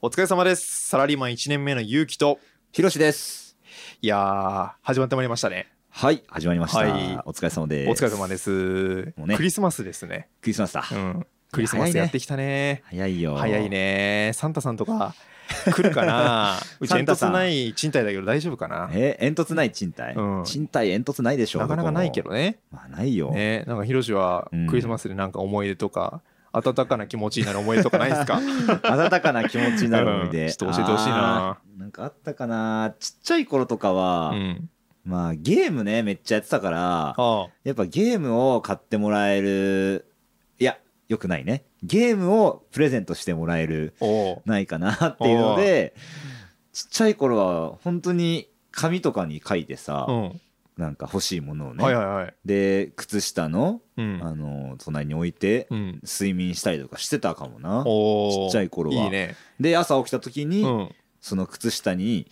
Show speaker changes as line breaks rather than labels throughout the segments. お疲れ様です。サラリーマン1年目のゆうきと、
ひろしです。
いやー、始まってまいりましたね。
はい、始まりました。
はい
お疲れ様です。
お疲れ様です。
もうね
クリスマスですね。
クリスマスだ。
うん。クリスマスやってきたね。
早いよ。
早い。ね。サンタさんとか来るか なうち
サ
煙
ンタさ
突
ん
ない賃貸だけど大丈夫かな
え、煙突ない賃貸、
うん
賃貸煙突ないでしょ。
なかなかないけど
ね。
ね。
まあ、ないよ。
ね、なんかヒロシは
うん
クリスマスでなんか思い出とか、温かな気持ちになる思い出とかない ですか
温かな気持ちになる思い
う
で。
んちょっと教えてほしいな
あー。なんかあったかな。ちっちゃい頃とか
う
は、
ん。
まあゲームね、めっちゃやってたから、
あ
やっぱゲームを買ってもらえる。いや、よくないね。ゲームをプレゼントしてもらえる。
あ。おう
ないかなっていうのでちっちゃい頃は本当に紙とかに書いてさ、
うん。
なんか欲しいものをね、
はいはいはい。
で靴下の,、
うん。
あの隣に置いて
うん。
睡眠したりとかしてたかもな
お
ちっちゃい頃はい
いね。
で朝起きた時に、
うん。
その靴下に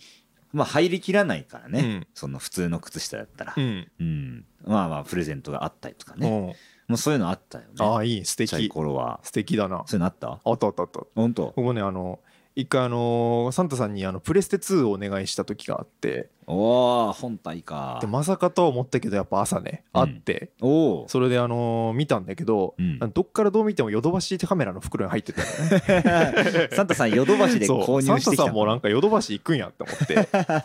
まあ入りきらないからね、
うん
その普通の靴下だったら
う、ん。
うんまあまあプレゼントがあったりとかね、も
ね、
うそういうのあったよね
ああいい素
ちっちゃい
敵
頃は
素敵だな
そういうのあった
あったあったあった
本当
僕もねあの一回あのサンタさんにあのプレステ2をお願いした時があって
おお本体か
でまさかとは思ったけどやっぱ朝ね
うん
あって、
おお
それであの見たんだけど、
うん
どっからどう見てもヨドバシカメラの袋に入ってたのね
サンタさんヨドバ シで
そ
購
うサ
入
ン
して
タ
きた
さんもなんかヨドバシ行くんやって思 って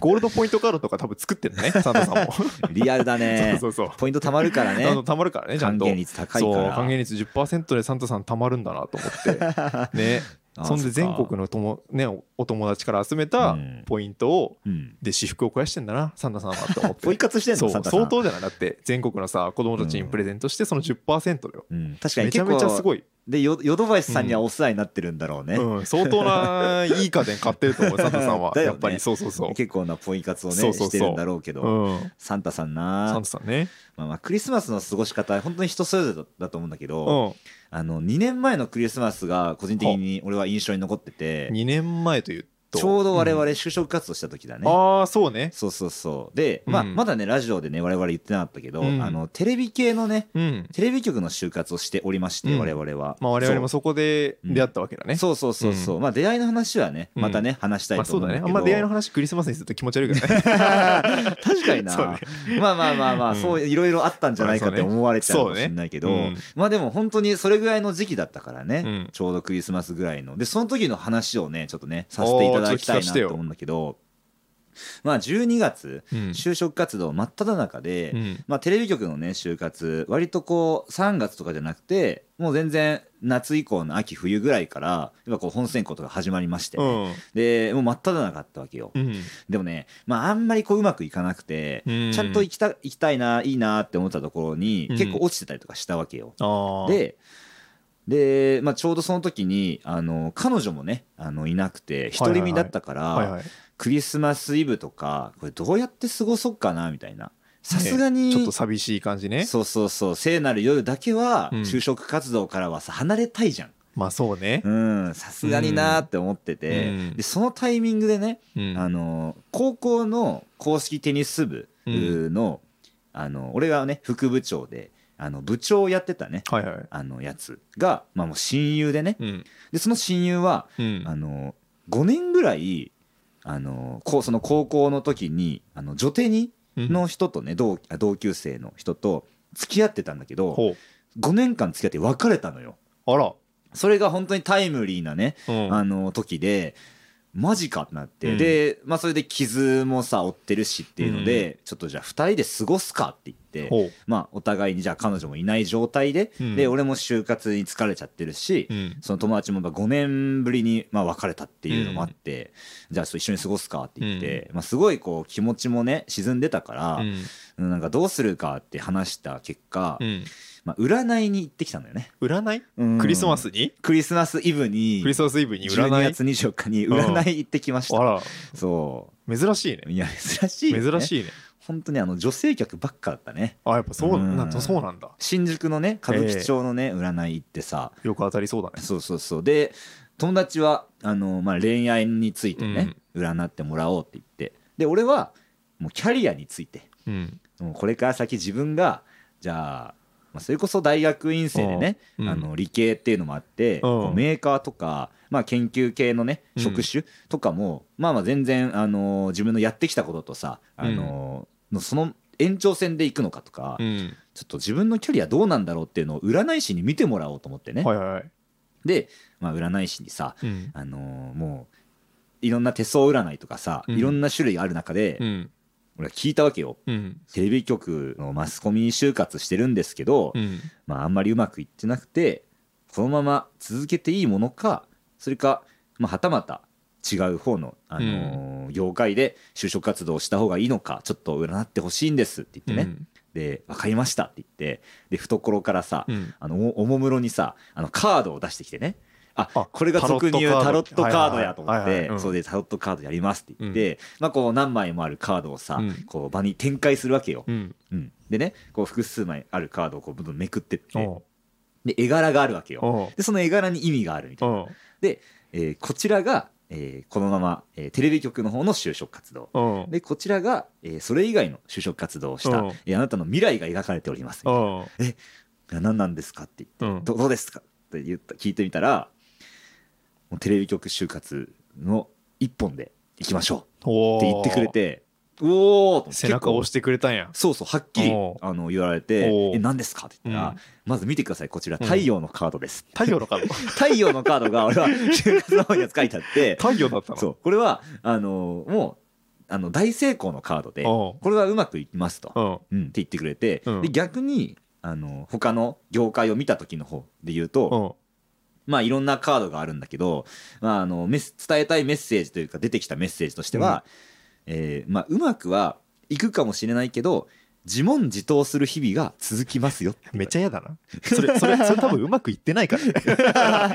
ゴールドポイントカードとか多分作ってるのねサンタさんも
リアルだ ね
そうそうそう
ポイント貯まるから
あの
ね
たまるからねちゃ
還
んと
元率高いか
そう
ら
還元率10%でサンタさんたまるんだなと思って ね
あ
そんで全
そっか
国のとも、ね、おお友達から集めた
うん
ポイントを、
うん
で私服を肥やしてんだなサンタさんはと思っ
ポイ
て。
活してん
そ
の
う
サンタさん
相当じゃないだって全国のさ子供たちにプレゼントしてその10%だよ、
うん確かに
めち
結
ゃめちゃす
構
ごい、
でヨヨドバシさんにはお世話になってるんだろうね
うん、相当ないい家電買ってると思 うサンタさんは、
だよ
や
ね
っぱりそうそうそう、
結構なポイ活を
そう
ね
そうそう
してるんだろうけど
うん、
サンタさん
サン
な
タさんね、
まあまあクリスマスの過ごし方本当に人それぞれだだと思うんだけ
うん、
ど
2
あの2年前のクリスマスが個人的に俺は印象に残ってて
年前というと
ちょうど我々就職活動した時だね
うんああそうね
そうそうそう。で、まあ、
うん
まだね、ラジオでね、我々言ってなかったけど、
うん
あの、テレビ系のね、
うん
テレビ局の就活をしておりまして、
うん
我々は。
まあ我々も
そ
そこで出会ったわけだ
う
ね、
そうそうそうそう。まあ、出会いの話はね、
うん
またね、話したい
まあ
と
そう
思う
だ
んだ
ね
けど。
あんま出会いの話クリスマスにすると気持ち悪いからね
確かにな。
そうね
まあまあまあまあ、
うん
そういろいろあったんじゃないかっ
まあ
て
そうね
思われちゃうかもしれないけど、
そうねうん
まあでも本当にそれぐらいの時期だったからね、
うん
ちょうどクリスマスぐらいの。で、その時の話をね、ちょっとね、させていた
おーち
だきたい
ょっと聞かせ
な
てよ
と思うんだけど、まあ12月、
うん
就職活動真っ只中で、
うん
まあ、テレビ局のね就活割とこう3月とかじゃなくてもう全然夏以降の秋冬ぐらいからやっぱこう本選考とか始まりまして、
うん
でもう真っ只中だったわけよ、
うん
でもね、まあ、あんまりこううまくいかなくて、
うん
ちゃんと行きた行きたいないいなって思ったところに
うん
結構落ちてたりとかしたわけよ、
ああ
でで、まあ、ちょうどその時にあの彼女もねあのいなくて独り身だったから、
はいはい
クリスマスイブとかこれどうやって過ごそうかなみたいなさすがに、
ちょっと寂しい感じね
そうそうそう聖なる夜だけは
うん
就職活動からはさ離れたいじゃん
まあそうね
うんさすがになーって思ってて、
うん
でそのタイミングでね、
うん
あの高校の公式テニス部の,、あの俺がね副部長であの部長をやってたね
はいはい
あのやつが、まあ、もう親友でね
うん
でその親友は
うん
あの5年ぐらいあのこうその高校の時にあの女帝に
うん
の人とね同あ同級生の人と付き合ってたんだけど
ほ
5年間付き合って別れたのよ
うあら
それが本当にタイムリーなね、
うん
あの時でマジかってなって、
うん
で、まあ、それで傷もさ負ってるしっていうので、ちょっとじゃあ2人で過ごすかって言って、
ほう
まあ、お互いにじゃあ彼女もいない状態で、
うん
で俺も就活に疲れちゃってるし、
うん
その友達も5年ぶりにまあ別れたっていうのもあって、じゃあそう一緒に過ごすかって言って、まあ、すごいこう気持ちもね沈んでたか
う
ら、
ん
なんかどうするかって話した結果、
うん
まあ、占いに行ってきたのよね。
占い
うん
クリスマスに
クリスマスイブに
クリスマスイブに
12
占い
月24日に占い行ってきました。
あ
そ
ら珍しいうね
いや珍しい、ね、
珍
い
しいね
本当にあの女性客ばっかだったね
あやっぱそう
うん
なんだそうなんだ
新宿のね歌舞伎町のね、占い行ってさ
よく当たりそうだね
そうそうそうで友達はあの、まあ、恋愛についてね、占ってもらおうって言ってで俺はもうキャリアについて
うん
もうこれから先自分がじゃあまあ、それこそ大学院生でね、
うん
あの理系っていうのもあって、こうメーカーとか、まあ、研究系のね
うん
職種とかも、まあまあ全然、あのー自分のやってきたこととさ、あのーのその延長線で行くのかとか、
うん
ちょっと自分の距離はどうなんだろうっていうのを占い師に見てもらおうと思ってね、
はいはいはい
で、まあ、占い師にさ、
うん
あのーもういろんな手相占いとかさ、
うん
いろんな種類ある中で、
うん
俺は聞いたわけよ
うん
テレビ局のマスコミ就活してるんですけど、
うん
まあ、あんまりうまくいってなくてこのまま続けていいものかそれか、まあ、はたまた違う方の、あのー業界で就職活動をした方がいいのかちょっと占ってほしいんですって言ってね、で「分かりました」って言ってで懐からさ、
うん
あのおおもむろにさあのカードを出してきてねあ
あ
これが俗に言うタ
タ
ロ
ロ
ッ
ッ
ト
トカード
カードやと思っ
はいはいはい
て
はいうん
それでタロットカードやりますって言って、まあ、こう何枚もあるカードをさ、
うん
こう場に展開するわけよ、
うん
うんでねこう複数枚あるカードをこうどんどんめくってって
おう
で絵柄があるわけよ
おう
でその絵柄に意味があるみたいな、
おう
えーこちらが、えーこのまま、えーテレビ局の方の就職活動
おう
でこちらが、えーそれ以外の就職活動をした
うん、
えーあなたの未来が描かれておりますみたいな
おう
いや何なんですかって言って
うん
どどうですかって言った聞いてみたらもうテレビ局就活の一本で行きましょう
おう
って言ってくれておお
背中を押してくれたんや
そうそうはっきり
おう
あの言われて
お
「
う
え何ですか?」って言ったら、
うん
まず見てくださいこちら
うん
太陽のカードです」
太陽のカード
太陽のカードが俺は就活の方には書いてあって
太陽だったの
そうこれはあのもうあの大成功のカードでこ
おう
れはうまくいきますと、
お
うん、って言ってくれて、
うん
で逆にあの他の業界を見た時の方で言うと、
うお
まあいろんなカードがあるんだけど、まあ、あのメス伝えたいメッセージというか出てきたメッセージとしては、えーまあ、うまくはいくかもしれないけど自問自答する日々が続きま すよ
うめっちゃ嫌だなそれそれそれ多分うまくいって ないから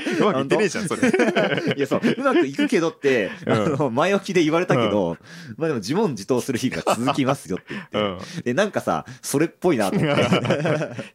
ねうまくいってねえじゃんそれ
いやそううまくいくけどって、
うん
あの前置きで言われたけど、まあ、でも自問自答する日々が続きますよって言って、
うん
でなんかさそれっぽいなと思って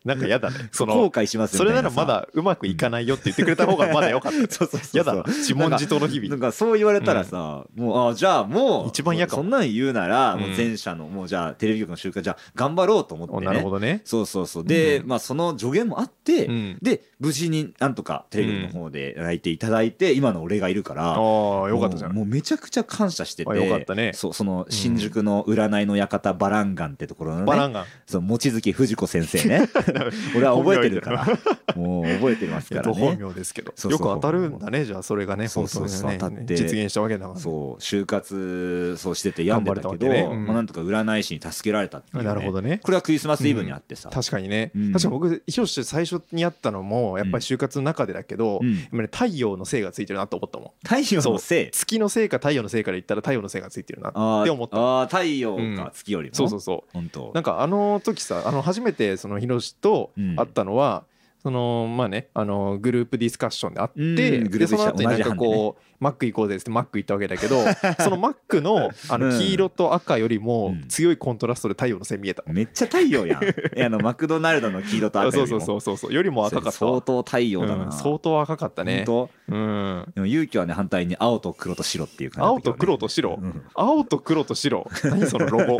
なんか嫌だ ねそ
後
の
悔しますよ
それならまだうまくいかないよって言ってくれた方がまだ良かった
みたいなさそうそうそうそう
嫌だな自問自答の日
な
々
んかそう言われたらさ、もうあじゃあもう
一番嫌か
そ
も
んなん言うなら、
うん
もう前者のもうじゃあテレビ局の集会じゃあ頑張ろうと思って
お
ね
なるほどね
そうそうそうで、
うん
まあその助言もあって、
うん
で無事になんとかテレビ局の方でやられていただいて、今の俺がいるから
ああよかったじゃ
も
ん
うもうめちゃくちゃ感謝してて
あよかったね
そうその新宿の占いの館バランガンってところのね
バランガン
その望月藤子先生 ね俺は覚えてるからもう覚えてますから
ど本
ね
名ですけど
そう
よ
そう
く当たるんだねじゃあそれがね
そう
本
そ
当
う
に
そう
ね
当たって
実現したわけだからね
そう就活そうしてて病んでたけ
頑張れ
ど
たわけねうん
まあ、なんとか占い師に助けられたっていう、ね、
なるほどね
これはクリスマスイブにあってさ、
確かにね、
うん
確かに僕一応して最初にやったのもやっぱり就活の中でだけど、
うん
やっぱりね太陽のせいがついてるなと思ったもん
太陽のせい
月のせいか太陽のせいかで言ったら太陽のせいがついてるな
あー
って思った
あー太陽か月よりも、
そうそうそう
本当
なんかあの時さあの初めてそのヒロシと会ったのは、そのまあねあのグループディスカッションであって、
うんグループディ
で
スカ
そ
ッション
の後になんか
同じ班
こう、マック行こうぜっつってマック行ったわけだけど そのマックのあ
う
の
ん
黄色と赤より
う
も
ん
強いコントラストで太陽の線見えた、
めっちゃ太 陽やんえあのマクドナルドの黄色と
あ
赤
そ
よ
う
り
そう
も
そうそうそうよりも赤かった
相
わ
当太陽だな、
うん相当赤かったね
本当
うん
でも勇気はね反対に青と黒と白っていう感じだっ
青
たけ
と
どね
黒と白、
うん
青と黒と白何そのロゴ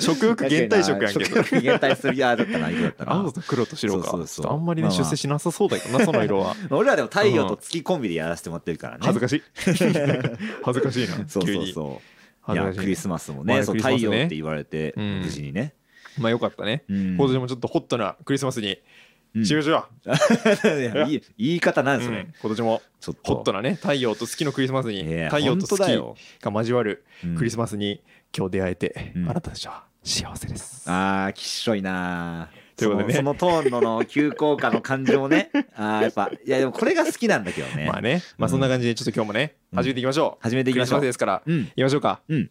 食欲減退色やんけ
食
ど
欲減退するいやだったな色だったな
青と黒と白か
そうそう
ち
そ
ょ
う
っとあんまり
ま
ね
あまあ
出世しなさそうだけどなその色は
俺らでも太陽と月コンビでやらせてもらってるからね
恥ずか しい恥ずかしいな
そう
急
そう
に
そうい
恥ず
や
かしい
クリスマスも
ま
ね
あ
そ
ク
う
リス
太
マスね
陽って言われて
うん
無事にね
まあよかったね
うん
今年もちょっとホットなクリスマスに
うん
しようしよ
いやいい言い方な
うん
それ
ん今年も
ちょっと
ホットなね太陽と月のクリスマスに
いや
太陽と
本当だ
月
よ
が交わる
うん
クリスマスに今日出会えて
うん
あなたたちは幸せです
あーきっしょいなー
ということでね
そのそのトーンのの急降下の感じもね あーやっぱいやでもこれが好きなんだけどね
まあねまあそんな感じでちょっと今日もね
うん
始めていきましょう
始めていきましょう
クリスマスですから
うん
いきましょうか
うん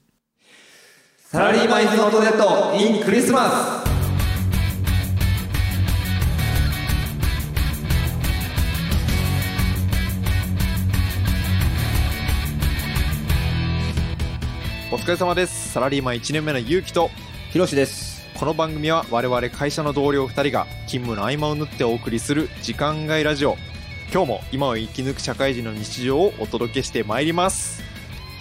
サラリーマンイズノートネット in クリスマス
お疲れ様ですサラリーマン1年目のゆうきと
ひろしです
この番組は我々会社の同僚2人が勤務の合間を縫ってお送りする時間外ラジオ今日も今を生き抜く社会人の日常をお届けしてまいります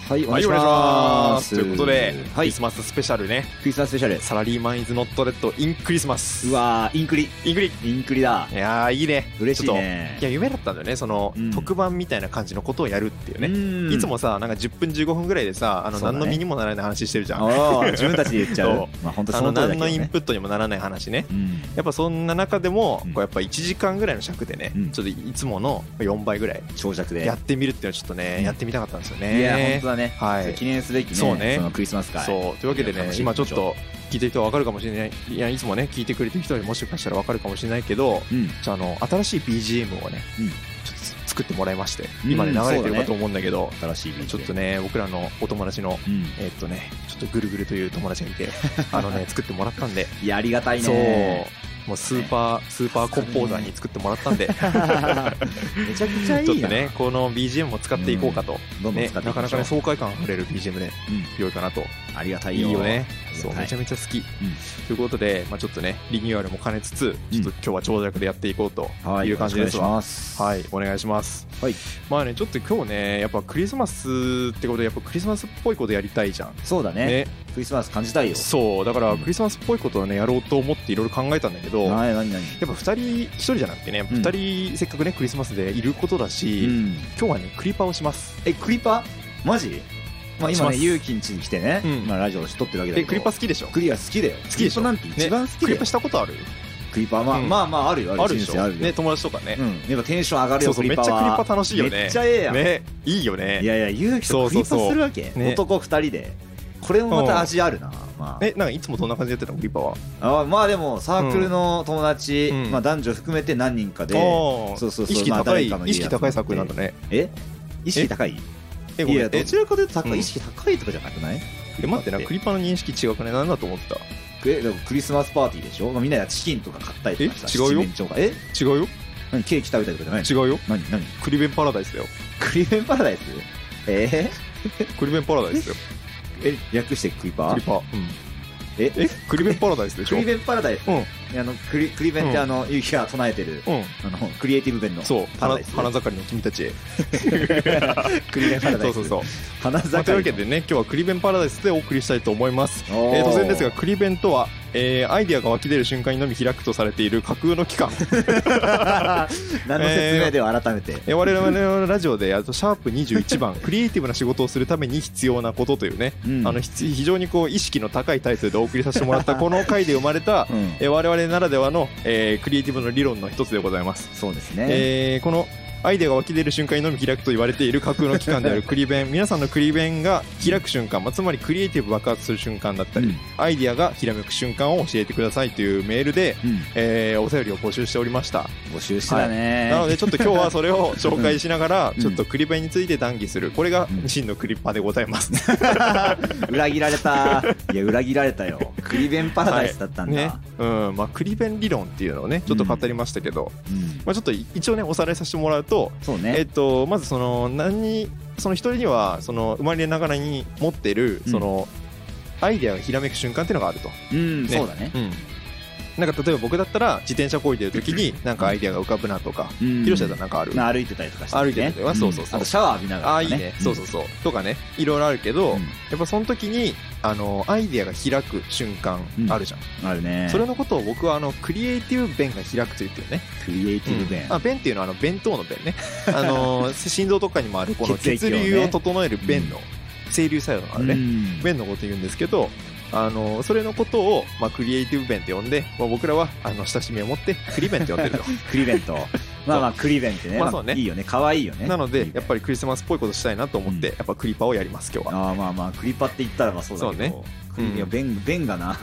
はい
は
お願い
い
し
お願いしま
ますす
ということで、
は
ク
い
リスマススペシャルね
クリスマススペシャル
サラリーマンイズノットレッドインクリスマス
うわーインクリ
インクリ
インクリだ
いやーいいね
嬉しい
ちょ
ね
っといや夢だったんだよねその、
うん
特番みたいな感じのことをやるっていうね、
ね
いつもさなんか10分15分ぐらいでさあの、
そうだ
何
ね
の身にもならない話してるじゃんあ
ああ自分たちで言っちゃ
そう
うまあ本当そ
の
の通りだ
何の
けど
イン
ね
プットにもならない話ね
うん
やっぱそんな中でも、
うん
こうやっぱ1時間ぐらいの尺でね、
うん
ちょっといつもの4倍ぐらい
長尺で
やってみるっていうのはちょっとね、
うん
やってみたかったんですよ
いや
ね
本当だね
はい
それ記念すべきね
そうね
そのクリスマス会
そうというわけで
いや
ね
楽しみ
今ちょっと聞いてる人は分かるかもしれないいやいつもね聞いてくれてる人にもしかしたら分かるかもしれないけど
うん
じゃああの新しい BGM をね、
うん
ちょっと作ってもらいまして
うん
今ね流れ
そ
て
う
る
だ
か
ね
と思うんだけど、
新しいビー
ち
チ
ょっ
で
とね僕らのお友達の
うん
えっとねちょっとぐるぐるという友達がいてあのね作ってもらったんで
いやありがたい
そう
ね
もうスーパー、スーパーコンポーザーに作ってもらったんで ちょっ
めちゃくちゃい
と
いな
ねこの BGM も使っていこうかと、
どんどん
ね、
使
な
っていき
か
ま
な
し
か
ょう
ね爽快感あふれる BGM で
うん
良いかなと
ありがた
い
いよ
いよね
ありがたい
そうめちゃめちゃ好き、
ん
ということで、まあ、ちょっとねリニューアルも兼ねつつ
う
ちょ
ん
っと今日は長尺でやっていこうと
はい
いう感じですわ、
よろしくお
は
願い
い
します
お願いします
はい
まあねちょっと今日ねやっぱクリスマスってことでやっぱクリスマスっぽいことやりたいじゃん
そうだね
ね
クリスマス感じたいよ
そうだから
うん
クリスマスっぽいことをねやろうと思っていろいろ考えたんだけど、やっ
はい何何
ぱ2人1人じゃなくてね
うん
2人せっかくねクリスマスでいることだし、
うん
今日はねクリパをします
えクリパマジまあ
し
今
ま
ね
す
ゆうきんちに来てね
うん
まあラジオし撮ってるわけだけ
え
ど
クリパ好きでしょ
クリア好きだよ
好きでしょ
クリパなんて一番好き
ク
だ
リ
よ
パしたことある
クリパまあ
うん
まあまああるよ
あるでし
人生あ
ょ
るよ
ね友達とかね
う、んやっぱテンション上がる
そ
よ
うそ
ク
うめ
リ
っち
パ
ゃクリ
は
パ楽しいよね
めっちゃええやん
ねいいよね
いやいやゆうき
そ
と
う
ク
そう
リ
そう
パするわけ
ね
男二人でこれもまた味あるなまあ
えなんかいつもどんな感じでやってたのクリパは
あまあでもサークルの友達
うん
まあ男女含めて何人かで
ああ
そうそうそう
意識
まあ
高
誰
い、
かの家
意識高い作品なんだね
え意識高い
えご
い
めん
やど
え
ちらかというと高
うん
い意識高いとかじゃなくない
え待ってなク
クリ
リパの認識違くね何だと思ってた
えでもクリスマスパーティーでしょまあみんながチキンとか買ったりとかさ
え違うよ
七面鳥がえ
違うよ
何ケーキ食べたりとかじゃない
違うよ
の何何
クリベンパラダイスだよ
クリベンパラダイスえ
クリベンパラダイスだよ
ー、え略してクリパ
ク
ー
リパうん
え
えクリベンパラダイスでし
ク
ょ
リベンパラダイス
うん
あのクリクリベンって
うん
あの、ゆうきが唱えてる
うん
あのクリエイティブ弁の
そう
パラダ
花
イス
花盛りの君たちへ
クリベンパラダ
そ
イ
う
ス
そうそう
花
まあというわ
盛
け
り
でね今日はクリベンパラダイスでお送りしたいと思います
の
えー、突然ですが、
お
クリベンとは、えーアイデアが湧き出る瞬間にのみ開くとされている架空の機関。
ー 何の説明では改めて、
えー我々のラジオで、あとシャープ21番、 クリエイティブな仕事をするために必要なことというね、
うん
あの、ひつ非常にこう、意識の高いタイトルでお送りさせてもらった、この回で生まれた、
うん
えー我々ならではの、えークリエイティブの理論の一つでございます。
そうですね、
えーこのアイデアが湧き出る瞬間にのみ開くと言われている架空の機関であ るクリベン皆さんのクリベンが開く瞬間、まあ、つまりクリエイティブ爆発する瞬間だったり、
うん
アイデアがひらめく瞬間を教えてくださいというメールで、
うん
えーお便りを募集しておりました、
募集してたね、
なのでちょっと今日はそれを紹介しながら
うん
ちょっとクリベンについて談義するこれが
うん
真のクリッパでございます、
裏切られたいや裏切られたよクリベンパラダイスだったんだ、
ねうんまあ、クリベン理論っていうのをねちょっと語りましたけど、
うん
まあ、ちょっと一応ねおさらいさせてもらうと、
そう
えっ
ね
と、まずその何その一人にはその生まれながらに持ってる
うん
その、アイデアがひらめく瞬間っていうのがあると、
うん
ね
そうだね
なんか例えば僕だったら自転車漕いでる時になんかアイデアが浮かぶなとか、
うん
広瀬さんなんかある、
まあ歩いてたりとかして、ね、
歩いてたりとかそうそうそうん
あとシャワー浴びながら
ああ
と
いい
か、
ねそうそうそうとかねいろいろあるけど、
うん
やっぱその時にあのアイデアが開く瞬間あるじゃん、
あるね
それのことを僕はあのクリエイティブ弁が開くと言ってるね
クリエイティブ弁、
うんあ弁っていうのはあの弁当の弁 ねあの心臓とかにもあるこの
血液
血
をね
流を整える弁の整流作用のあるね、
うん
弁のこと言うんですけどあのそれのことを、まあ、クリエイティブ弁って呼んで、まあ、僕らはあの親しみを持ってクリ弁って呼んでると
クリベン とまあまあクリベンってね,、
ま
ま
あ
あ、
そうね
いいよね可愛いよ ね
なの
ク
で
リベ
や
ン
っぱりクリスマスっぽいことしたいなと思って、
うん
やっぱクリパをやります今日は
ああまあまあクリパって言ったらまあそうだけど
そ
クリいや
うん
ベンベン がな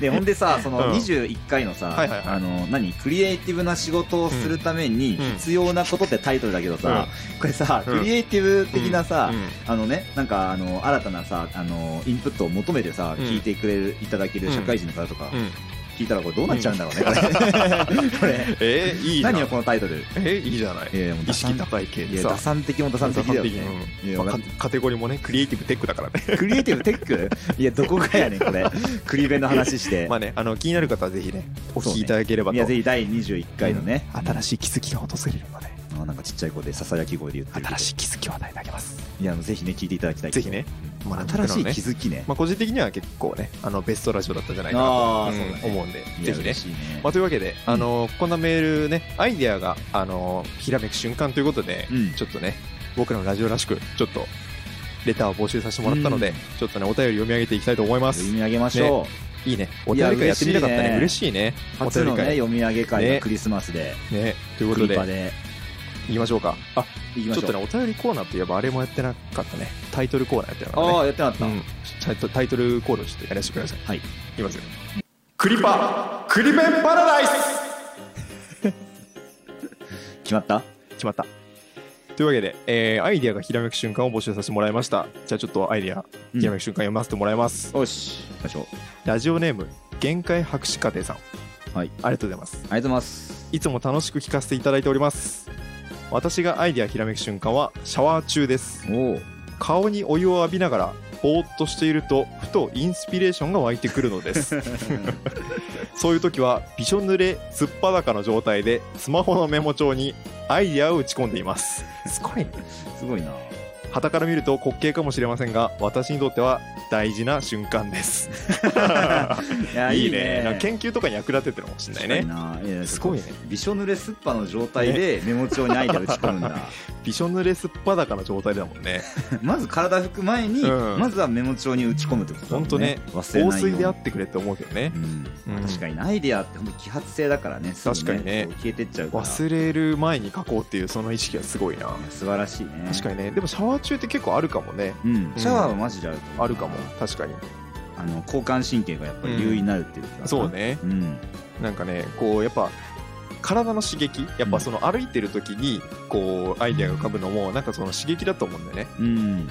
でほんでさそ
うん
の21回のさ、
はいはいはい
あの何クリエイティブな仕事をするために必要なことってタイトルだけどさ、これさ
うん
クリエイティブ的なさ、
うん
あのね、なんかあの新たなさあのインプットを求めてさ、
うん
聞いてくれるいただける社会人の方とか、
うん
聞いたらこれどうなっちゃうんだろうね、 これこれ
えー、いいじゃな
何
い
よこのタイトル
えー、いいじゃない
いやいやもう
意
打
識
算
高い系
い
で
や
さ
打算的も打算的だよね
打算的
いや
うんま
わ
あ
か
カ
ん
カテゴリーもねクリエイティブテックだからね
クリエイティブテックいやどこかやねんこれクリベンの話し て、
まあねあの気になる方はぜひねお聞きいただければ
い
と、
やぜひ第21回のね、
新しい気づきが訪れるまで
あのなんかちっちゃい声でささやき声で言ってるけど
新しい気づきを与えてあげます
いやあのぜひね聞いていただきたい
ぜひね、まあ
新しい
僕らのね
気づきね
まあ、個人的には結構ねあのベストラジオだったんじゃないかな
あ
と、う
ー
ん
そうだね
思うんで
い
ぜ
や
ひね
嬉しいね
まあ、というわけで、あのこんなメールねアイデアが、あのひらめく瞬間ということで、
うん
ちょっとね僕らのラジオらしくちょっとレターを募集させてもらったので、
うん
ちょっとねお便り読み上げていきたいと思います
読み上げましょう、
いいねお
いや
便り会やってみたかったね嬉
嬉
しいねお
初
便り
のね
会
読み上げ会
ね
がクリスマスで、
ねというこ
ク
と
リ
で
パで
行きましょうかあ
行きま
ち
し
ょ
ょ
っ
う
とねお便りコーナーといえばあれもやってなかったねタイトルコーナーやってなかったね
ああやってなかった、
うん、ちょっとタイトルコールをちょっとやらせてください。
はい
いきますよ。クリパ、クリベンパラダイス
決まった
決まった。というわけで、えーアイデアがひらめく瞬間を募集させてもらいました。じゃあちょっとアイデア、
うん
ひらめく瞬間読ませてもらいます。
よし行きましょう
ラジオネーム、限界博士課程さん。
はい
ありがとうございます。
ありがとうございます
いつも楽しく聞かせていただいております。私がアイデアひらめく瞬間はシャワー中です。
おお
顔にお湯を浴びながら、ぼーっとしていると、ふとインスピレーションが湧いてくるのです。 そういう時はびしょ濡れすっぱだかの状態でスマホのメモ帳にアイデアを打ち込んでいますす ごいね
すごいな
旗から見ると滑稽かもしれませんが私にとっては大事な瞬間です
いや
いいねなんか研究とかに役立ててるかもしれないね
ね
すごいね
びしょ濡れすっぱの状態でメモ帳にアイデア打ち込むん だ
びしょ濡れすっぱだかの状態だもんね
まず体拭く前に、
うん
まずはメモ帳に打ち込むってことだもん
ほんとね
忘れ
防
ないように
水であってくれって思うけどね
うん
うん
確かにアイデアって本当に揮発性だからねすぐ
確かにね
こう消えてっちゃうから
忘れる前に書こうっていうその意識はすごいない
や素晴らしいね
確かにねでもシャワー中って結構あるかもね
うん、シャワーはマジであると思う
あるかも確かに
あの交感神経がやっぱり優位になるっていうか
そうね
うん
なんかねこうやっぱ体の刺激やっぱその歩いてる時にこうアイデアが浮かぶのもなんかその刺激だと思うんだよね
うん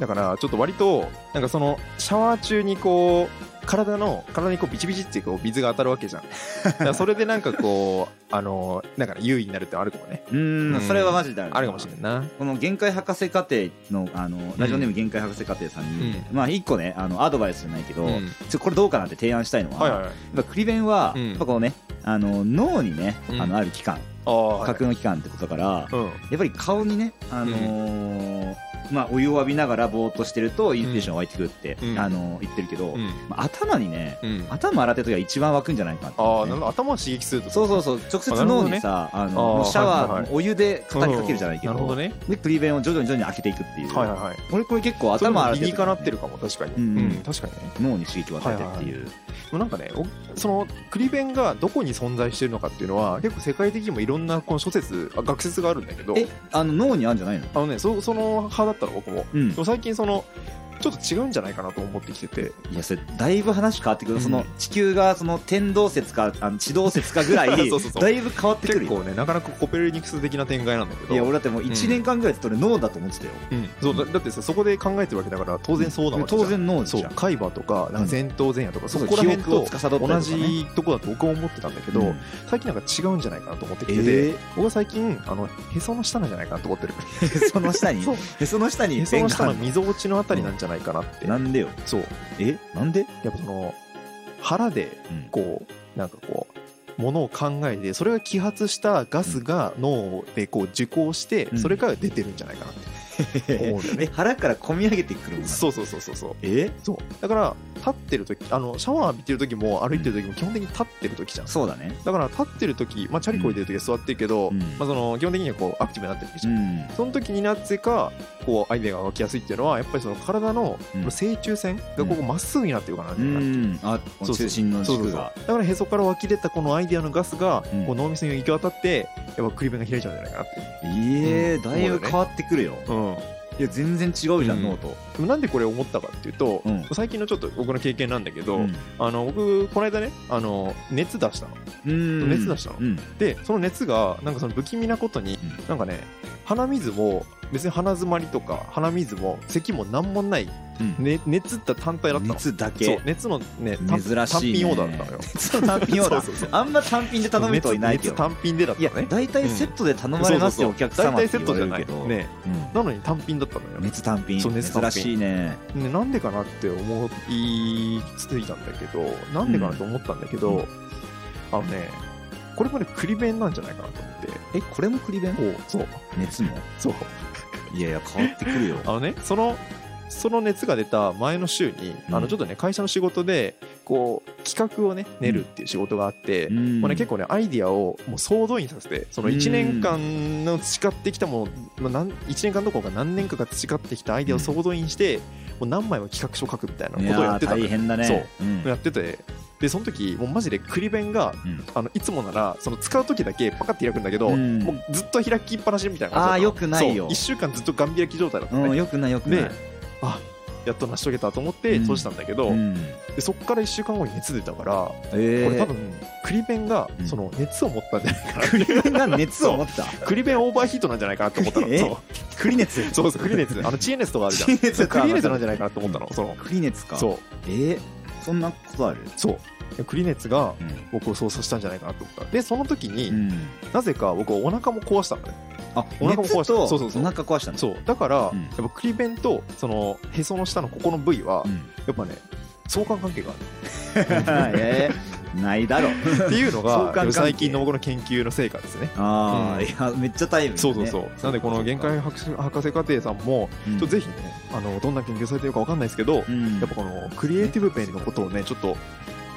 だからちょっと割となんかそのシャワー中にこう体の体にこうビチビチってこう水が当たるわけじゃんだからそれでなんかこ うあのなんかね優位になるってのあるかもね
うんそれはマジである
あるかもしれんな
この限界博士課程のあのラジオネーム限界博士課程さんに、まあ一個ねあのアドバイスじゃないけど、
うん
ちょこれどうかなって提案したいのは,、
はいはいはい
やっぱクリベンは、
うん
やっぱこうねあの脳にね、
うん
あのある器官
ああ
架
はい
空の器官ってことだから、
うん
やっぱり顔にね、あのーまあ、お湯を浴びながらぼーっとしてるとインフレーション湧いてくるって、
うん
あのー言ってるけど、
うん
まあ、頭にね
うんあ
頭洗ってる時が一番湧くんじゃないかなって思
あ
うね、
なるほど頭を刺激すると
そうそうそう直接脳にさあ、
あー
のもうシャワー、
はいはい
お湯で語りかけるじゃないけ
な
ど,、
るほどね
でプリベンを徐々に徐々に開けていくっていう、
はいはいはい
俺これ結構頭洗って
理
る
に
時
かなってるかも確かに
うん
うん確かにね
脳に刺激を与えてっていう、
でもなんかねおそのクリベンがどこに存在してるのかっていうのは結構世界的にもいろんなこの諸説あ学説があるんだけど
えあの脳にあるんじゃないの
あのねそその派だったの僕も
うん
でも最近そのちょっと違うんじゃないかなと思ってきてて
いやそれだいぶ話変わってくる、
うん
その地球がその天動説かあの地動説かぐらい
そうそうそう
だいぶ変わってくる
結
よ
構ねなかなかコペルニクス的な展開なんだけど
いや俺だってもう1年間ぐらいずっと俺脳だと思ってたよ、
うんそうだだってさそこで考えてるわけだから当然そうなわけじゃん
当然脳
そ
じ
う
ゃん
海馬とかなんか前頭前野とか、そ
そう
こら辺
記憶
と
を司ったりとか
同
ね
じとこだと僕は思ってたんだけど、
うん
最近なんか違うんじゃないかなと思ってきてて、
ええ
僕は最近あのへその下なんじゃないかなと思ってる
へその下 に
そう
へその下に
へその下の
便がある
溝落ちのあたりなんじゃないかなって、
なんでよ
そう
えなんで、
やっぱその腹で
うん
こうなんかこうものを考えてそれが揮発したガスが脳でこう受講して、
うん
それから出てるんじゃないかなって思うんだよ
え
ね、
腹から込み上げてくるもん な
そうそうそうそうそう
え
そうだから立ってる時あのシャワー浴びてる時も歩いてる時も基本的に立ってる時じゃん
そうだね
だから立ってる時、まあ、チャリこいでる時は座ってるけど、
うん
まあ、その基本的にはこうアクティブになってるわけじ
う
ゃん、
ん
その時になってかこうアイデアが湧きやすいっていうのはやっぱりその体の
うん
この正中線がここまっすぐになってるからなん
う
じゃないかな、
んあ
そうそう
中心の
そうそう
軸
そう
が
だからへそから湧き出たこのアイデアのガスが、
うん
こう脳みそに行き渡ってやっぱクリベンが開いちゃうんじゃないかなって
ええ
そう
だ
だ
い
よね
ぶ変わってくるよ
うん
いや全然違うじゃん、
うん
脳と
でもなんでこれ思ったかっていうと、
うん
最近のちょっと僕の経験なんだけど、
うん
あの僕この間ねあの熱出したの
うん
熱出したの
うん
でその熱がなんかその不気味なことに、
うん
なんかね鼻水も別に鼻づまりとか鼻水も咳も何もない、
うん
ね、熱った単体だったの
熱だ
そう
け
熱のね単
珍しい、ね、
単品オーダーだったのよ
その単品オーダー
そうそうそう
あんま単品で 頼む人はいない
熱
けど
熱単品でだった
いや
のね
大体セットで頼まれますよ、お客様
大体
って
セットじゃ
言
な
われ
い
るけど、
ねなのに単品だったのよ
うん、熱単品
そう熱単品
珍しいね
ねなんでかなって思いついたんだけどなんでかなって思ったんだけど、
うん
あのねこれもねクリ弁なんじゃないかなと思って
えこれもクリベン
おうそう
熱も
そう
いやいや変わってくるよ
あのねそのその熱が出た前の週に、
うん
あのちょっとね会社の仕事でこう企画をね練るっていう仕事があって、
うん
もうね、結構ねアイディアをもう総動員させてその1年間の培ってきたもの、まあ、1年間どころか何年かが培ってきたアイディアを総動員して、もう何枚も企画書書くみたいなこ
い
とをや
や
っ
ー
てたの
大変だね
そう
うん
やっててでその時もうマジでクリ弁が、
うん
あのいつもならその使う時だけパカって開くんだけど、
うん
もうずっと開きっぱなしみたいな感じだった
あー良くないよ
1週間ずっとガン開き状態だったのね
うん、よくないよくない、
であやっと成し遂げたと思って
うん
閉じたんだけど、
うん、
でそこから1週間後に熱出たから、
え
これ多
ー、
分クリベンが
うん
その熱を持ったんじゃないかな、
クリ ベンが熱を持った
クリベンオーバーヒートなんじゃないかなと思ったの
え
そう
ク リ熱
そうそうクリ熱あの知恵熱とかあるじゃん
知恵熱か
クリ熱なんじゃないかなと思ったのその
クリ熱か
そう
えー、そんなことある
そうでクリ熱が
うん、
僕をそうさせたんじゃないかなと思ったでその時に、
うん、
なぜか僕はお腹も壊したのね
あ
お腹も壊した
熱と
そうそうそう
お腹壊したの
そうだから、
うん
やっぱクリベンとそのへその下のここの部位は、
う
や
ん
っぱね相関関係が ある
えー、な いだろ
っていうのが
相関関係
最近の僕の研究の成果ですね
ああ、
うん
いやめっちゃタイムリーね
そうそうそう、なんでこの限界博士博士課程さんも
うん
ちょっとぜひねあのどんな研究されてるかわかんないですけど、や
うん
っぱこのクリエイティブペンのことをねちょっと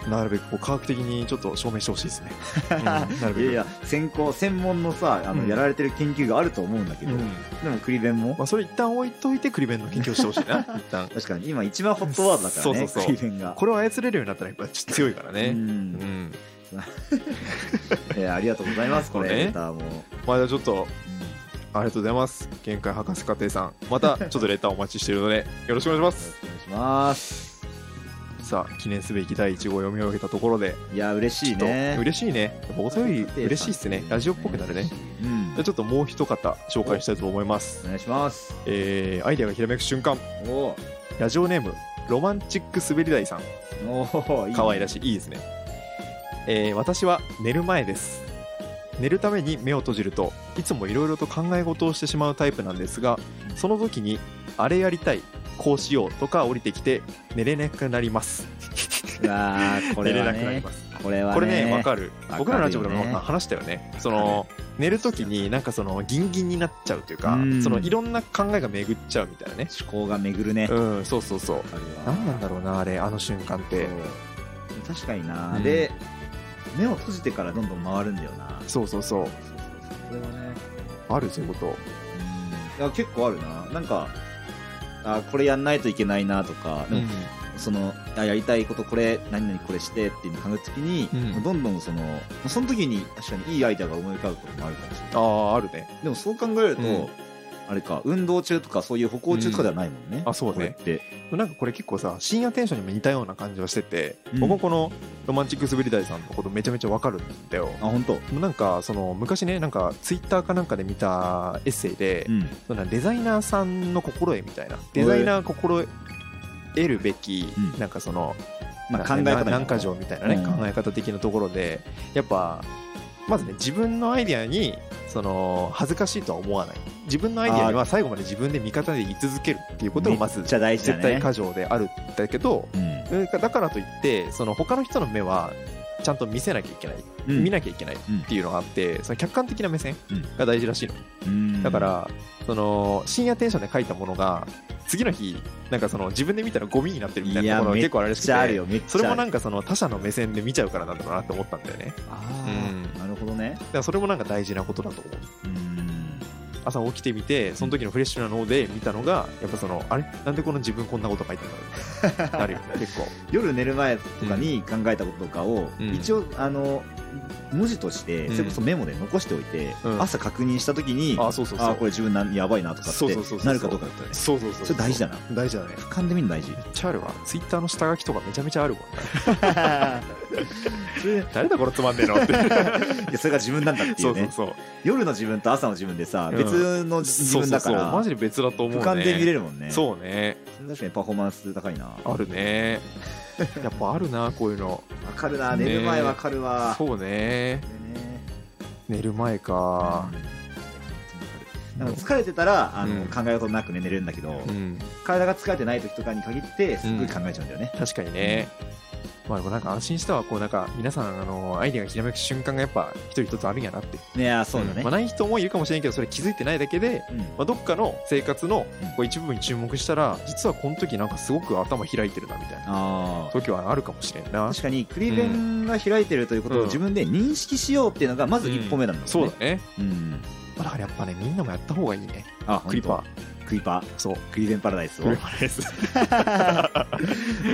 なるべくこう科学的にちょっと証明してほしいです ね、うんなるべく
いやいや専攻専門のさあの、
うん
やられてる研究があると思うんだけ
う
ど、
ん
でもクリベンも
まあ、それ一旦置いといてクリベンの研究をしてほしいな 一旦
確かに今一番ホットワードだからね
そうそうそう
クリベンが
これを操れるようになったらやっぱちょっと強いから
う、
ねうんん
えーありがとうございますこ
そうね
れレターも、うん
まあじゃあちょっとありがとうございます限界博士課程さんまたちょっとレターお待ちしているのでよろしくお願いしま
よ ろ
す
しくお願いします
さあ記念すべき第1号を読み上げたところで
いや嬉しい
ちょっ
ね
と嬉しいねやっぱお便り嬉しいっすねラジオっぽくなるねじ
うん
ゃあちょっともう一方紹介したいと思います
お願いします
えーアイデアがひらめく瞬間
お
ラジオネームロマンチック滑り台さん
ーおーいいね
可愛らしいいいですね、えー私は寝る前です寝るために目を閉じるといつもいろいろと考え事をしてしまうタイプなんですがその時にあれやりたいこうしようとか降りてきて寝れなくなります
うわーこ
寝
れ
れな
は
くなり
ね
ます
これはね
これねわかる
かるよね
僕らのラジオでも話したよねその寝る時になんかそのギンギンになっちゃうというか、
うん
そのいろんな考えが巡っちゃうみたいなね
思考が巡るね、
うんそうそうそう
あれは
何なんだろうなあれあの瞬間って
そう確かにな、
うん
で目を閉じてからどんどん回るんだよな
そうそうそう
そうそうそうこれはね
あるそういうこ
うんいや結構あるななんかあこれやんないといけないなとか、
と、
でもそのあやりたいことこれ何々これしてっていうのを考えた時に、
うん
どんどんそのその時に確かにいいアイデアが思い浮かぶこともあるかもしれない
あああるね
でもそう考えると、
うん
あれか運動中とかそういう歩行中とかではないもんね、
んあそうね
これって
なんかこれ結構さ深夜テンションにも似たような感じはしてて、
うん
僕もこのロマンチック滑り台さんのことめちゃめちゃわかるんだよ
あ本当
もうなんかその昔ねなんかツイッターかなんかで見たエッセイで、
うん
そんなデザイナーさんの心得みたいなデザイナー心得るべき、
うん
なんかその、
まあ考
な
え
んか
方に
何か条みたいなね、
うん
考え方的なところでやっぱまずね自分のアイディアにその恥ずかしいとは思わない自分のアイディアには最後まで自分で味方で言い続けるっていうことをまず
めっちゃ大事だ
絶
ね
対過剰であるんだけど、
うん
うんだからといってその他の人の目はちゃんと見せなきゃいけない、
うん
見なきゃいけないっていうのがあってその客観的な目線
うん
が大事らしいの、
うん
だからその深夜テンションで書いたものが次の日なんかその自分で見たらゴミになってるみたいなところが結構あるらしく
めっちゃある
て
よめっちゃある
それもなんかその他者の目線で見ちゃうからなんだろうなって思ったんだよね
あー
うん
なるほどね
だからそれもなんか大事なことだと思う
うん
朝起きてみてその時のフレッシュな脳で見たのがやっぱそのあれなんでこの自分こんなこと書いてんだろうってなるよね結構
夜寝る前とかに考えたこととかを、
うん
一応あの文字として
うん
それこそメモで残しておいて、
うん
朝確認した時に、
あそうそうそう
あこれ自分なんやばいなとかっ
そうそうそうそう
てなるかどうかだったよね
そうそうそう
それ大事だな
大事だね
俯瞰で見るの 大事
めっちゃあるわツイッターの下書きとかめちゃめちゃあるもん ね
それい
誰だこれつまんねえのって
やそれが自分なんだってい
そううそう
ね
そう
夜の自分と朝の自分でさ、
うん
別の自分だか
そうそ
ら
うそうマジで別だと思うね
俯瞰で見れるもんね
そうね
それ確かにパフォーマンス高いな
あるねやっぱあるなこういうの
わかるな寝る前わかるわ、
そうね
でね
寝る前か
なんか疲れてたらあの、
うん
考え事なく、ね、寝れるんだけど、
うん
体が疲れてない時とかに限ってすっごい考えちゃうんだよね、
確かにねまあでもなんか安心したわ、こうなんか皆さん、あの、アイデアがひらめく瞬間がやっぱ一人一つあるんやなって。
いやーそうだね、
んまあない人もいるかもしれんけど、それ気づいてないだけで、
うん
まあ、どっかの生活の
うん
こう一部に注目したら、実はこの時なんかすごく頭開いてるなみたいな
あー
時はあるかもしれんな。
確かにクリベンが開いてるということ
う
を
ん
自分で認識しようっていうのがまず一歩目なんだよね、
そうだね。
うん
まあだからやっぱね、みんなもやった方がいいね。
あ
クリパー
本。当クリパー
そう。
クリベンパラダイスを
クリパーです。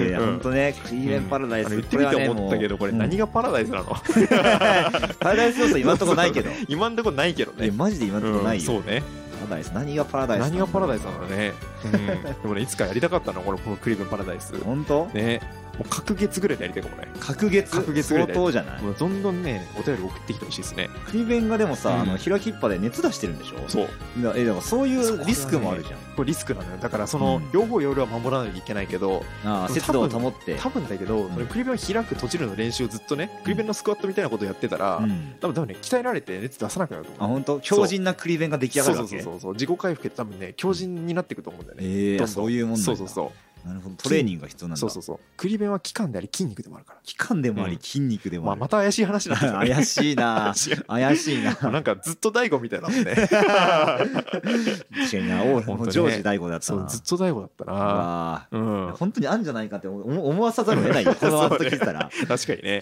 いや
うん
本当ねクリベンパラダ
あ
イ
の
ス、
言ってみて
はね
思ったけど、これ何が
も
パラダイスなの
うパラダイス要素今のところな いけどい
今んとこないけどね
や。マジで今のところな
うん
いよ、
そうね。
パラダイス何がパラダイス
何がパラダイスな
の
のね。うんでもね、いつかやりたかったの、このこのクリーブンパラダイス。
本当
ね。もう隔月ぐらいでやりたいかもね。
隔月
隔月ぐら
相
いだよ
当じゃない
もうどんどんね、お便り送ってきてほしいですね。
クリベンがでもさ、
うん
あの開きっぱで熱出してるんでしょ
そう。
なえだからそうい
そこがね
うリスクもあるじゃん、
これリスクなのよ。だからその
うん、
両方両両は守らなきゃいけないけど、
ああ
でも
節度を保って
多分だけど、
ん
それクリベンを開く閉じるの練習をずっとね、クリベンのスクワットみたいなことをやってたら
う、ん、
多分多分ね、鍛えられて熱出さなくなると
あ
思う。
本当強靭なクリベンが出来上が
そうそ
るわ
う
け
そうそうそう。自己回復って多分ね、強靭になっていくと思うんだよね。
え
どん
え
どん
そういうもんなんだ
そうそうそう。
なるほどトレーニングが必要なんだ
そうそうそう。クリベンは器官であり筋肉でもあるから。
期間でもあ
う
り
ん
筋肉でも
ま
あ
あ、
る、
また怪しい話 なんだけどね。
怪しい な怪しいな
なんかずっと大悟みたいなもんね。
確かになオーラ
本当
も
ね
ジョージ大悟だった
そう、
な
ずっと大悟だったな。
あ
う
あ
ん。
本当にあんじゃないかって思思わさざるを 得ないよこのワード聞いたら
確かにね。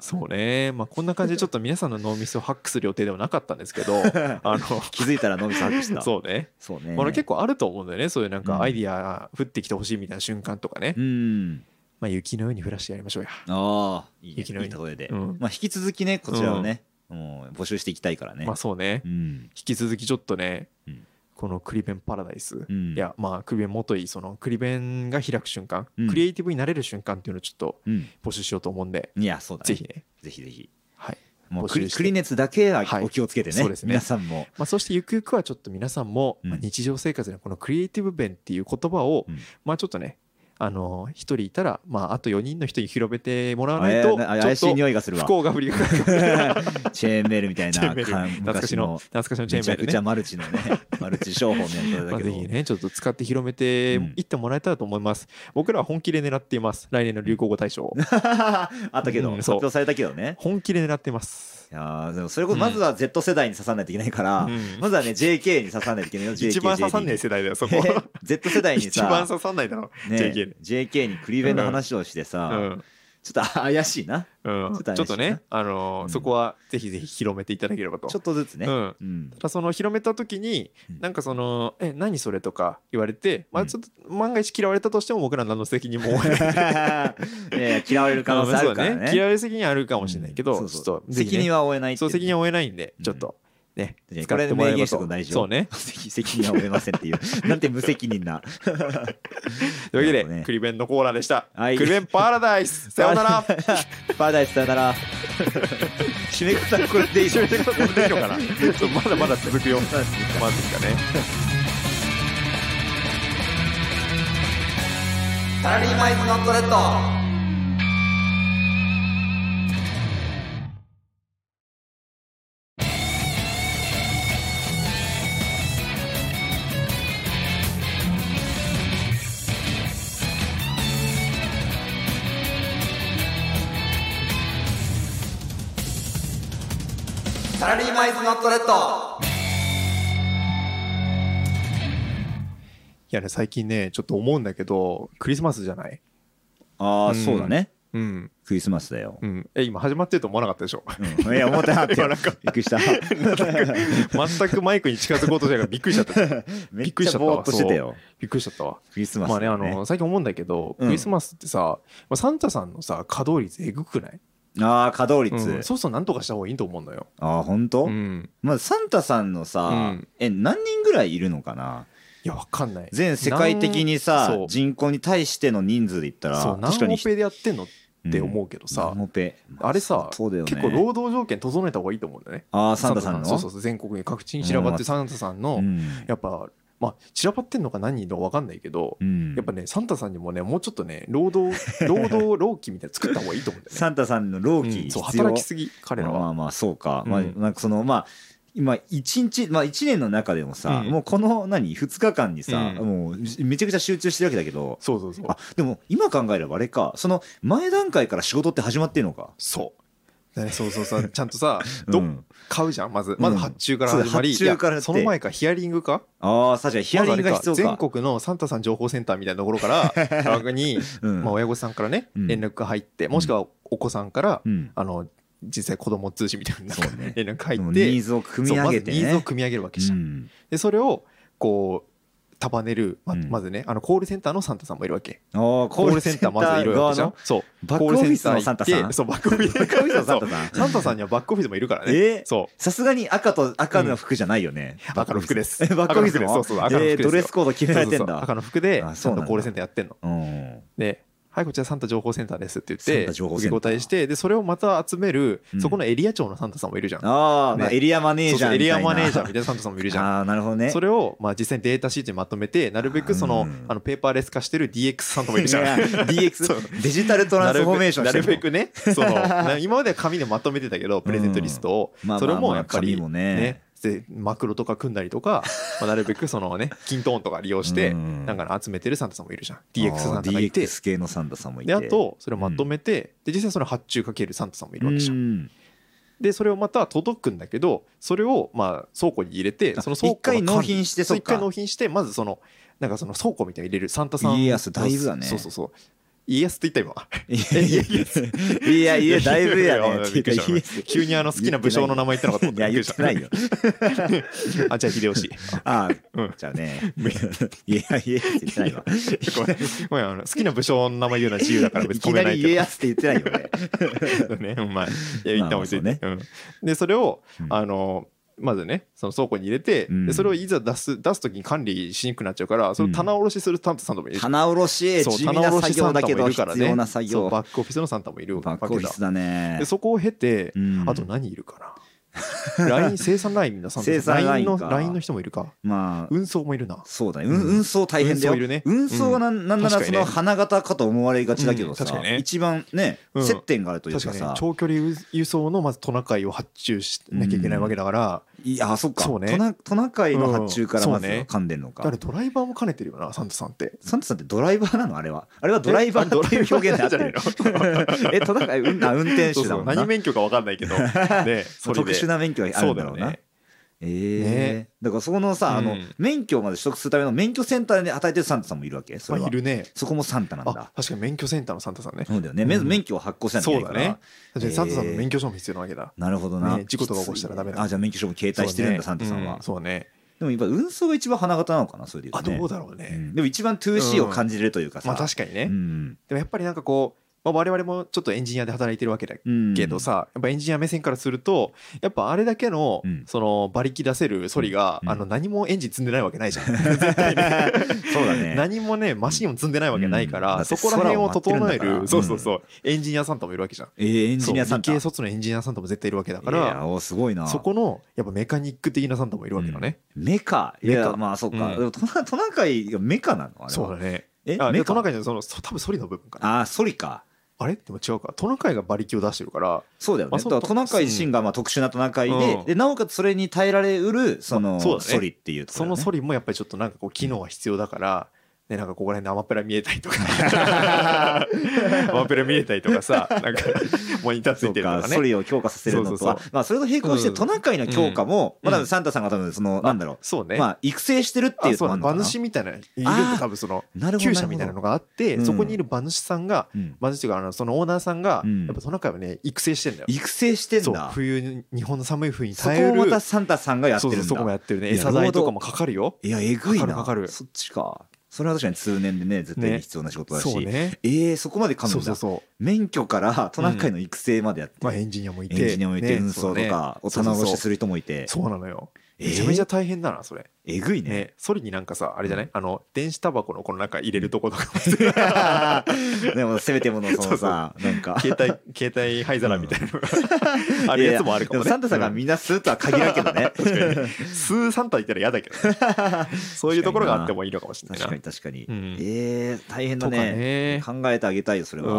そうね。まあ、こんな感じでちょっと皆さんの脳みそをハックする予定ではなかったんですけ ど、あの、
気づいたら脳みそハックしたう
そうね。
そうね
まあ、結構あると思うんだよね。そういうなん
う
か
ん
アイディア降ってきてほしいみたいな瞬間とかね。
うん
まあ、雪のように降らしてやりましょうや。
ああいい,、ね、
雪のよう
い
に
いところで、
うん
まあ、引き続きねこちらをね、もう募集していきたいからね、
まあ、そうね
う。ん
引き続きちょっとね
うん、
このクリベンパラダイス
う。ん、
い、やまあクリベンもといいそのクリベンが開く瞬間、
うん
クリエイティブになれる瞬間っていうのをちょっと
うん、
募集しようと思うんで、
いやそうだね
ぜひね、
ぜひぜひ
はい
もう
募
ク
集
リ
して
クリネツだけは
はい
お気をつけてね,、
そうですね
皆さんも
まあ、そしてゆくゆくはちょっと皆さんも、
うん
まあ日常生活でこのクリエイティブ弁っていう言葉を、
うん
まあちょっとねあのー一人いたら、まあ、あと4人の人に広めてもらわないとちょ
あや怪
っ
しい
と
匂いがする
不
わ
幸が降りかかる
チェーンメールみたい
チェーンメー
な
ル
かん
懐かし
昔
の
の
懐かしのチェ
めち
ーン
ゃ
メー
く
ル
ち
ね
ゃマルチのね マルチ商法のやつ
ま
だ
あ、
け
ぜ
ど、
ひねちょっと使って広めていってもらえたらと思います、僕らは本気で狙っています来年の流行語大賞を
あったけど、
うん
発
そう
表されたけどね
本気で狙っています、
いやーでもそれこそまずは Z 世代に刺さないといけないから、
うん
まずはね JK に刺さないといけないよ JK
一番刺さんない世代だよ そこ
Z 世代に
一番
さ、
刺さんないだろ、
ね、
JK に
JK にクリベンの話をして
う
さ、
ん
ちょっと怪しいな
うん
ちょ
ち
っと怪しいな
ょっとね、あのー
うん
そこはぜひぜひ広めていただければと。
ちょっとずつ ね、
うん
うん
ただその広めた時に、
うん
なんかその「え何それ?」とか言われて、ま
う
あ、
ん
ちょっと万が一嫌われたとしても僕ら何の責任も負えない
いやいや嫌われる 可能性あるから
そう
ね
だ嫌われる責任あるかもしれないけど、
うんそうそう
ちょっと
責任
は
は負えないって
そう 責任は負えないんで、
うん
ちょっとね
いや
使
こ
っ
れ
てもらえれば
明言し
と
とくの大事
そうね
責任は負えませんっていう なんて無責任な
というわけ
な
で、
るほどね
クリベンのコーナーでした、
はい
クリベンパラダイ スさようなら
パラダイスさよなら 締めくくったらこれでいい
一緒にできるのかなちょっとまだまだ続くよ
そうですね
まずいかね
サラリーマンズノットレッドサラリーマンズノットレッド
いやね最近ねちょっと思うんだけどクリスマスじゃない
あ
うん
ね
うん
クリスマス だよ
うん、え今始まってると思わなかったでしょ
うんいや思ってなかったよ
いやなんか
びっくりした
全くマイクに近づこうとしてからびっくりしちゃった
め
び
っ
っくりし
ち
ちゃ
ゃ
った
ぼー
わ
っとしてたよ
びっくりしちゃったわ
クリスマス
まあねあ
だよ
の最近思うんだけど、
うん
クリスマスってさ、まあ、サンタさんのさ稼働率えぐくない、
ああ稼働
うん、
率、
そうそうなんとかした方がいいと思うんだよ、
ああ本当、
うん、
まあサンタさんのさ、
うん
え何人ぐらいいるのかない
やわかんない
全世界的に
なん
さ
そう
人口に対しての人数で言ったら
そう
確か
何
に
オペでやってんのって思
う
うけどさ、
何オペ
あれさ、
そうだよね
結構労働条件整えた方がいいと思うんだよね
ああサンタさんの
そうそうそう全国に各地に散らばってサンタさんの、
うん
やっぱまあ散らばってんのか何人いるのか分かんないけど、
うん
やっぱねサンタさんにもねもうちょっとね労 働労働労基みたいなの作った方がいいと思うんだよね。
サンタさんの労
う
基
んそう
必要、
働きすぎ彼ら
まあま
は。
まあそうか、
うん
まあなんかそのまあ今一日まあ一年の中でもさ、
うん
もうこの何2日間にさ、
うん
もうめちゃくちゃ集中してるわけだけど
そうそうそう
あでも今考えればあれかその前段階から仕事って始まってんのか
そうだねそうそうさちゃんとさど、
うん
買うじゃんまずまず発注から
そう
始まり、
発注か
いや
らやって
その前かヒアリングか
ああさじゃあヒアリングが必要
まずあれ
か
全国のサンタさん情報センターみたいなところから 田中に、
うん
まあ、親御さんからね
うん
連絡が入って、もしくはお子さんから、
うん
あの実際子供通信みたいななんか
そうね
連絡が入
で
っ
も
て
ニーズを組み上げて
そうまず
ね
ニーズを組み上げるわけじゃん、
うん
でそれをこう束ねるま
うん
まずね、あのコールセンターのサンタさんもいるわけ
あー
コールセンターまずいるわけじゃんそう
バックオフィスのサンタさん
コールセンター行ってそうバックオフィス
側のバックオフィスのサ
そうサ
ンタさん
ンタさんにはバックオフィスもいるからね、
えー
そう
さすがに赤と赤の服じゃないよね、
赤の服です
バックオフィス
赤の服で
も
すそうそう赤の服です
えー
よ
ドレスコード決められてん
そうそうそう
だ
赤の服で
あ
ち
そ
ゃ
うんなんだ
とコールセンターやってんの
うん
で「はいこちらサンタ情報センターです」って言っ
サン
て
タ情報セ
自
ンター
己応対してでそれをまた集める
うん
そこのエリア長のサンタさんもいるじゃん、
ああ、まあ
ね
エリアマネー
そう
ジャ
そう
ー
エ
みたい
リ
な
アマネージャーみたいなサンタさんもいるじゃん
ああーなるほどね
それをまあ実際にデータシートにまとめてなるべくその,、
うん
あのペーパーレス化してる DX さんともいるじゃん。
いや DX デジタルトランスフォーメーションし
な
て
る
る
べくね そのな今までは紙でまとめてたけどプレゼントリストを、
まあまあまあ
それもやっぱり
紙もね
でマクロとか組んだりとか、まあ、なるべくそのねキントーンとか利用して、
うん
なんか集めてるサンタさんもいるじゃん DX さんとかい
あー
て
DX 系のサンタさんもいて
であとそれをまとめて、で実際その発注かけるサンタさんもいるわけじゃん、
うん
でそれをまた届くんだけどそれをまあ倉庫に入れて
あ
その倉庫の
一回
管理
納品して
そう
そっ
一
か
回納品してまずそのなんかその倉庫みたいに入れるサンタさん
家康だいぶだね
そうそうそう家康って言った今
いやいやいやいやだいぶやねってい
びっ
う
く
か
りした
いや
急にあの好きな武将の名前言ったのかと思
い
っ
や
た
言ってないよ
あじゃあ秀 吉
あ
う
あ
ん
じゃあねいやいや言ってないわ
ごめんごめんあの好きな武将の名前言うのは自由だから
い
別に
き
止め
な
ない
り家
け
康って言ってないよね
どね うんま あいや一旦置いといて、
まあ
うんでそれを
うん
あのまずねその倉庫に入れて、
うん
でそれをいざ出す出す時に管理しにくくなっちゃうからそれを棚卸しするサンタさんともいる
棚卸し
そう
地味
棚
な
卸
作
しサ
業
ンタ
だ
もい
けど
るから
必
ね
要な作
そう
業
バックオフィスのサンタもいる
バックオフィスだね
でそこを経て、
うん
あと何いるかな LINE 生産ラインのサンタ
生産ライ
LINE
ン
の
か
LINE の人もいるか
まあ
運送もいるな
そうだねうん運送大変だよ
運送いるね
運送はなんなんなら
確か
そ
にね
の花形かと思われがちだけどさ
うん確かにね
一番ね
うん
接点があるという
確
か
かに、
さ
長距離輸送のまずトナカイを発注しなきゃいけないわけだから、
いやあそっか
そうね
トナトナカイの発注から
うん
まず
そうね
噛んでんの
だ
か
からドライバーも兼ねてるよなサンタさんって
サンタさんってドライバーなのあれはあれはドライバーっていう表現だ
えあれドライバーじゃ
のえトナカイうんあ運転
そう
手だ
そ
も
うん
な
何免許か分かんないけ ど、 ね、それで
特殊な免許があるんだろう
そ
な
ね
ええだからそこのさあの
うん
免許まで取得するための免許センターで与えてるサンタさんもいるわけそ
ま
れ
あ、
はい
るね
そこもサンタなん
あ
だ
確かに免許センターのサンタさんね
そうだよね
う
免
ん
免許を発行しなきゃいけないから
そうだねだってサンタさんの
えー
免許証も必要なわけだ、
なるほどな、
ね事故とか起こしたらダメだ
あじゃあ免許証も携帯してるんだ、サンタさんは、
うそうね
でも今運送が一番花形なのかなそれで言
あ
うと、ね、
どうだろうね、
うんでも一番 2C を感じれるというかさ、
まあ確かにね、
うん
でもやっぱりなんかこう、まあ、我々もちょっとエンジニアで働いてるわけだ
うん
けどさ、やっぱエンジニア目線からするとやっぱあれだけの
うん
その馬力出せるソリが、
うん
あの何もエンジン積んでないわけないじゃ ん
そうだね
何もねマシンも積んでないわけないか
うん
ら、
だって
そこら辺を整え
空を舞ってるんだから
るそうそうそう、エンジニアさんともいるわけじゃん。
えーエンジニアサンタ
そう理系卒のエンジニアさんとも絶対いるわけだか
いや
ら
おすごいな
そこのやっぱメカニック的なさんともいるわけだね、
メカい
メ
や
カ
まあそっか、
うん
でもトナトナカイがメカなのあれは
そうだね
え
あで
メカ
トナカイのそのそ多分ソリの部分かなあ
あーソリか
れでも違うかトナカイが馬力を出してるから
そうだよね
あ
だ
そう
からトナカイ自身がまあ特殊なトナカイで,、
うん
でなおかつそれに耐えられうるその
まあそうだね
ソリっていうとこ
そ
ろだよ
の
ね
ソリもやっぱりちょっとなんかこう機能が必要だから、ね、なんかここら辺でアマプラ見えたり とかアマプラ見えたりとかさ なんかモニターつ
そ
いうてる
か
とか
ソ
ね。
リを強化させるのとは
そうそうそ
まあ、それと並行して
うん
トナカイの強化も、
うん
まあ、多分サンタさんが多分その、なんだろ
そう
う、
ね。
まあ、育成してるって
あ、
いう
そう
のもあ
だ
る
ね馬
のかな
主みたいなのいるん
あ
だ
ー
多分その
なるほど
厩舎みたいなのがあっ
う
て
ん
そこにいる馬主さんが
うん
馬主というかあのそのオーナーさんが
うん
やっぱトナカイをね育成してんだよ。
育成してん
そう
だ
冬に日本の寒い冬に
そ
耐え
こを
る
またサンタさんがやって
そう
るん
そうそ
だ
こもやってる
い
ね
や
餌代とかもかかるよ。
いやえぐい
かか
な
るかかる
そっちかそれは確かに通年でね絶対に
ね
必要な仕事だし、
そうね。
えー、そこまでかむんだ
そうそうそう。
免許からトナカイの育成までやって、
まあエンジニアもいて
エンジニアもいて、
ね
運送とか、お
そうだね
棚卸しする人もいて
そうなのよ。
えー
めちゃめちゃ大変だなそれ。
えぐいね
ね、ソリになんかさあれじゃない、
う
あの電子タバコのこのなんか入れるとことか
でもせめてものそのさなんか
携帯携帯灰皿みたいなのが あるやつもあるかもね
でサンタさんが
う
みんな吸うとは限らんけどね
確かにスーサンタいたら嫌だけどね、そういうところがあってもいいのかもしれない
確
な
かに確かに、
うん
えー、大変だ
とか
ね
ね
考えてあげたいよそれ
う
は、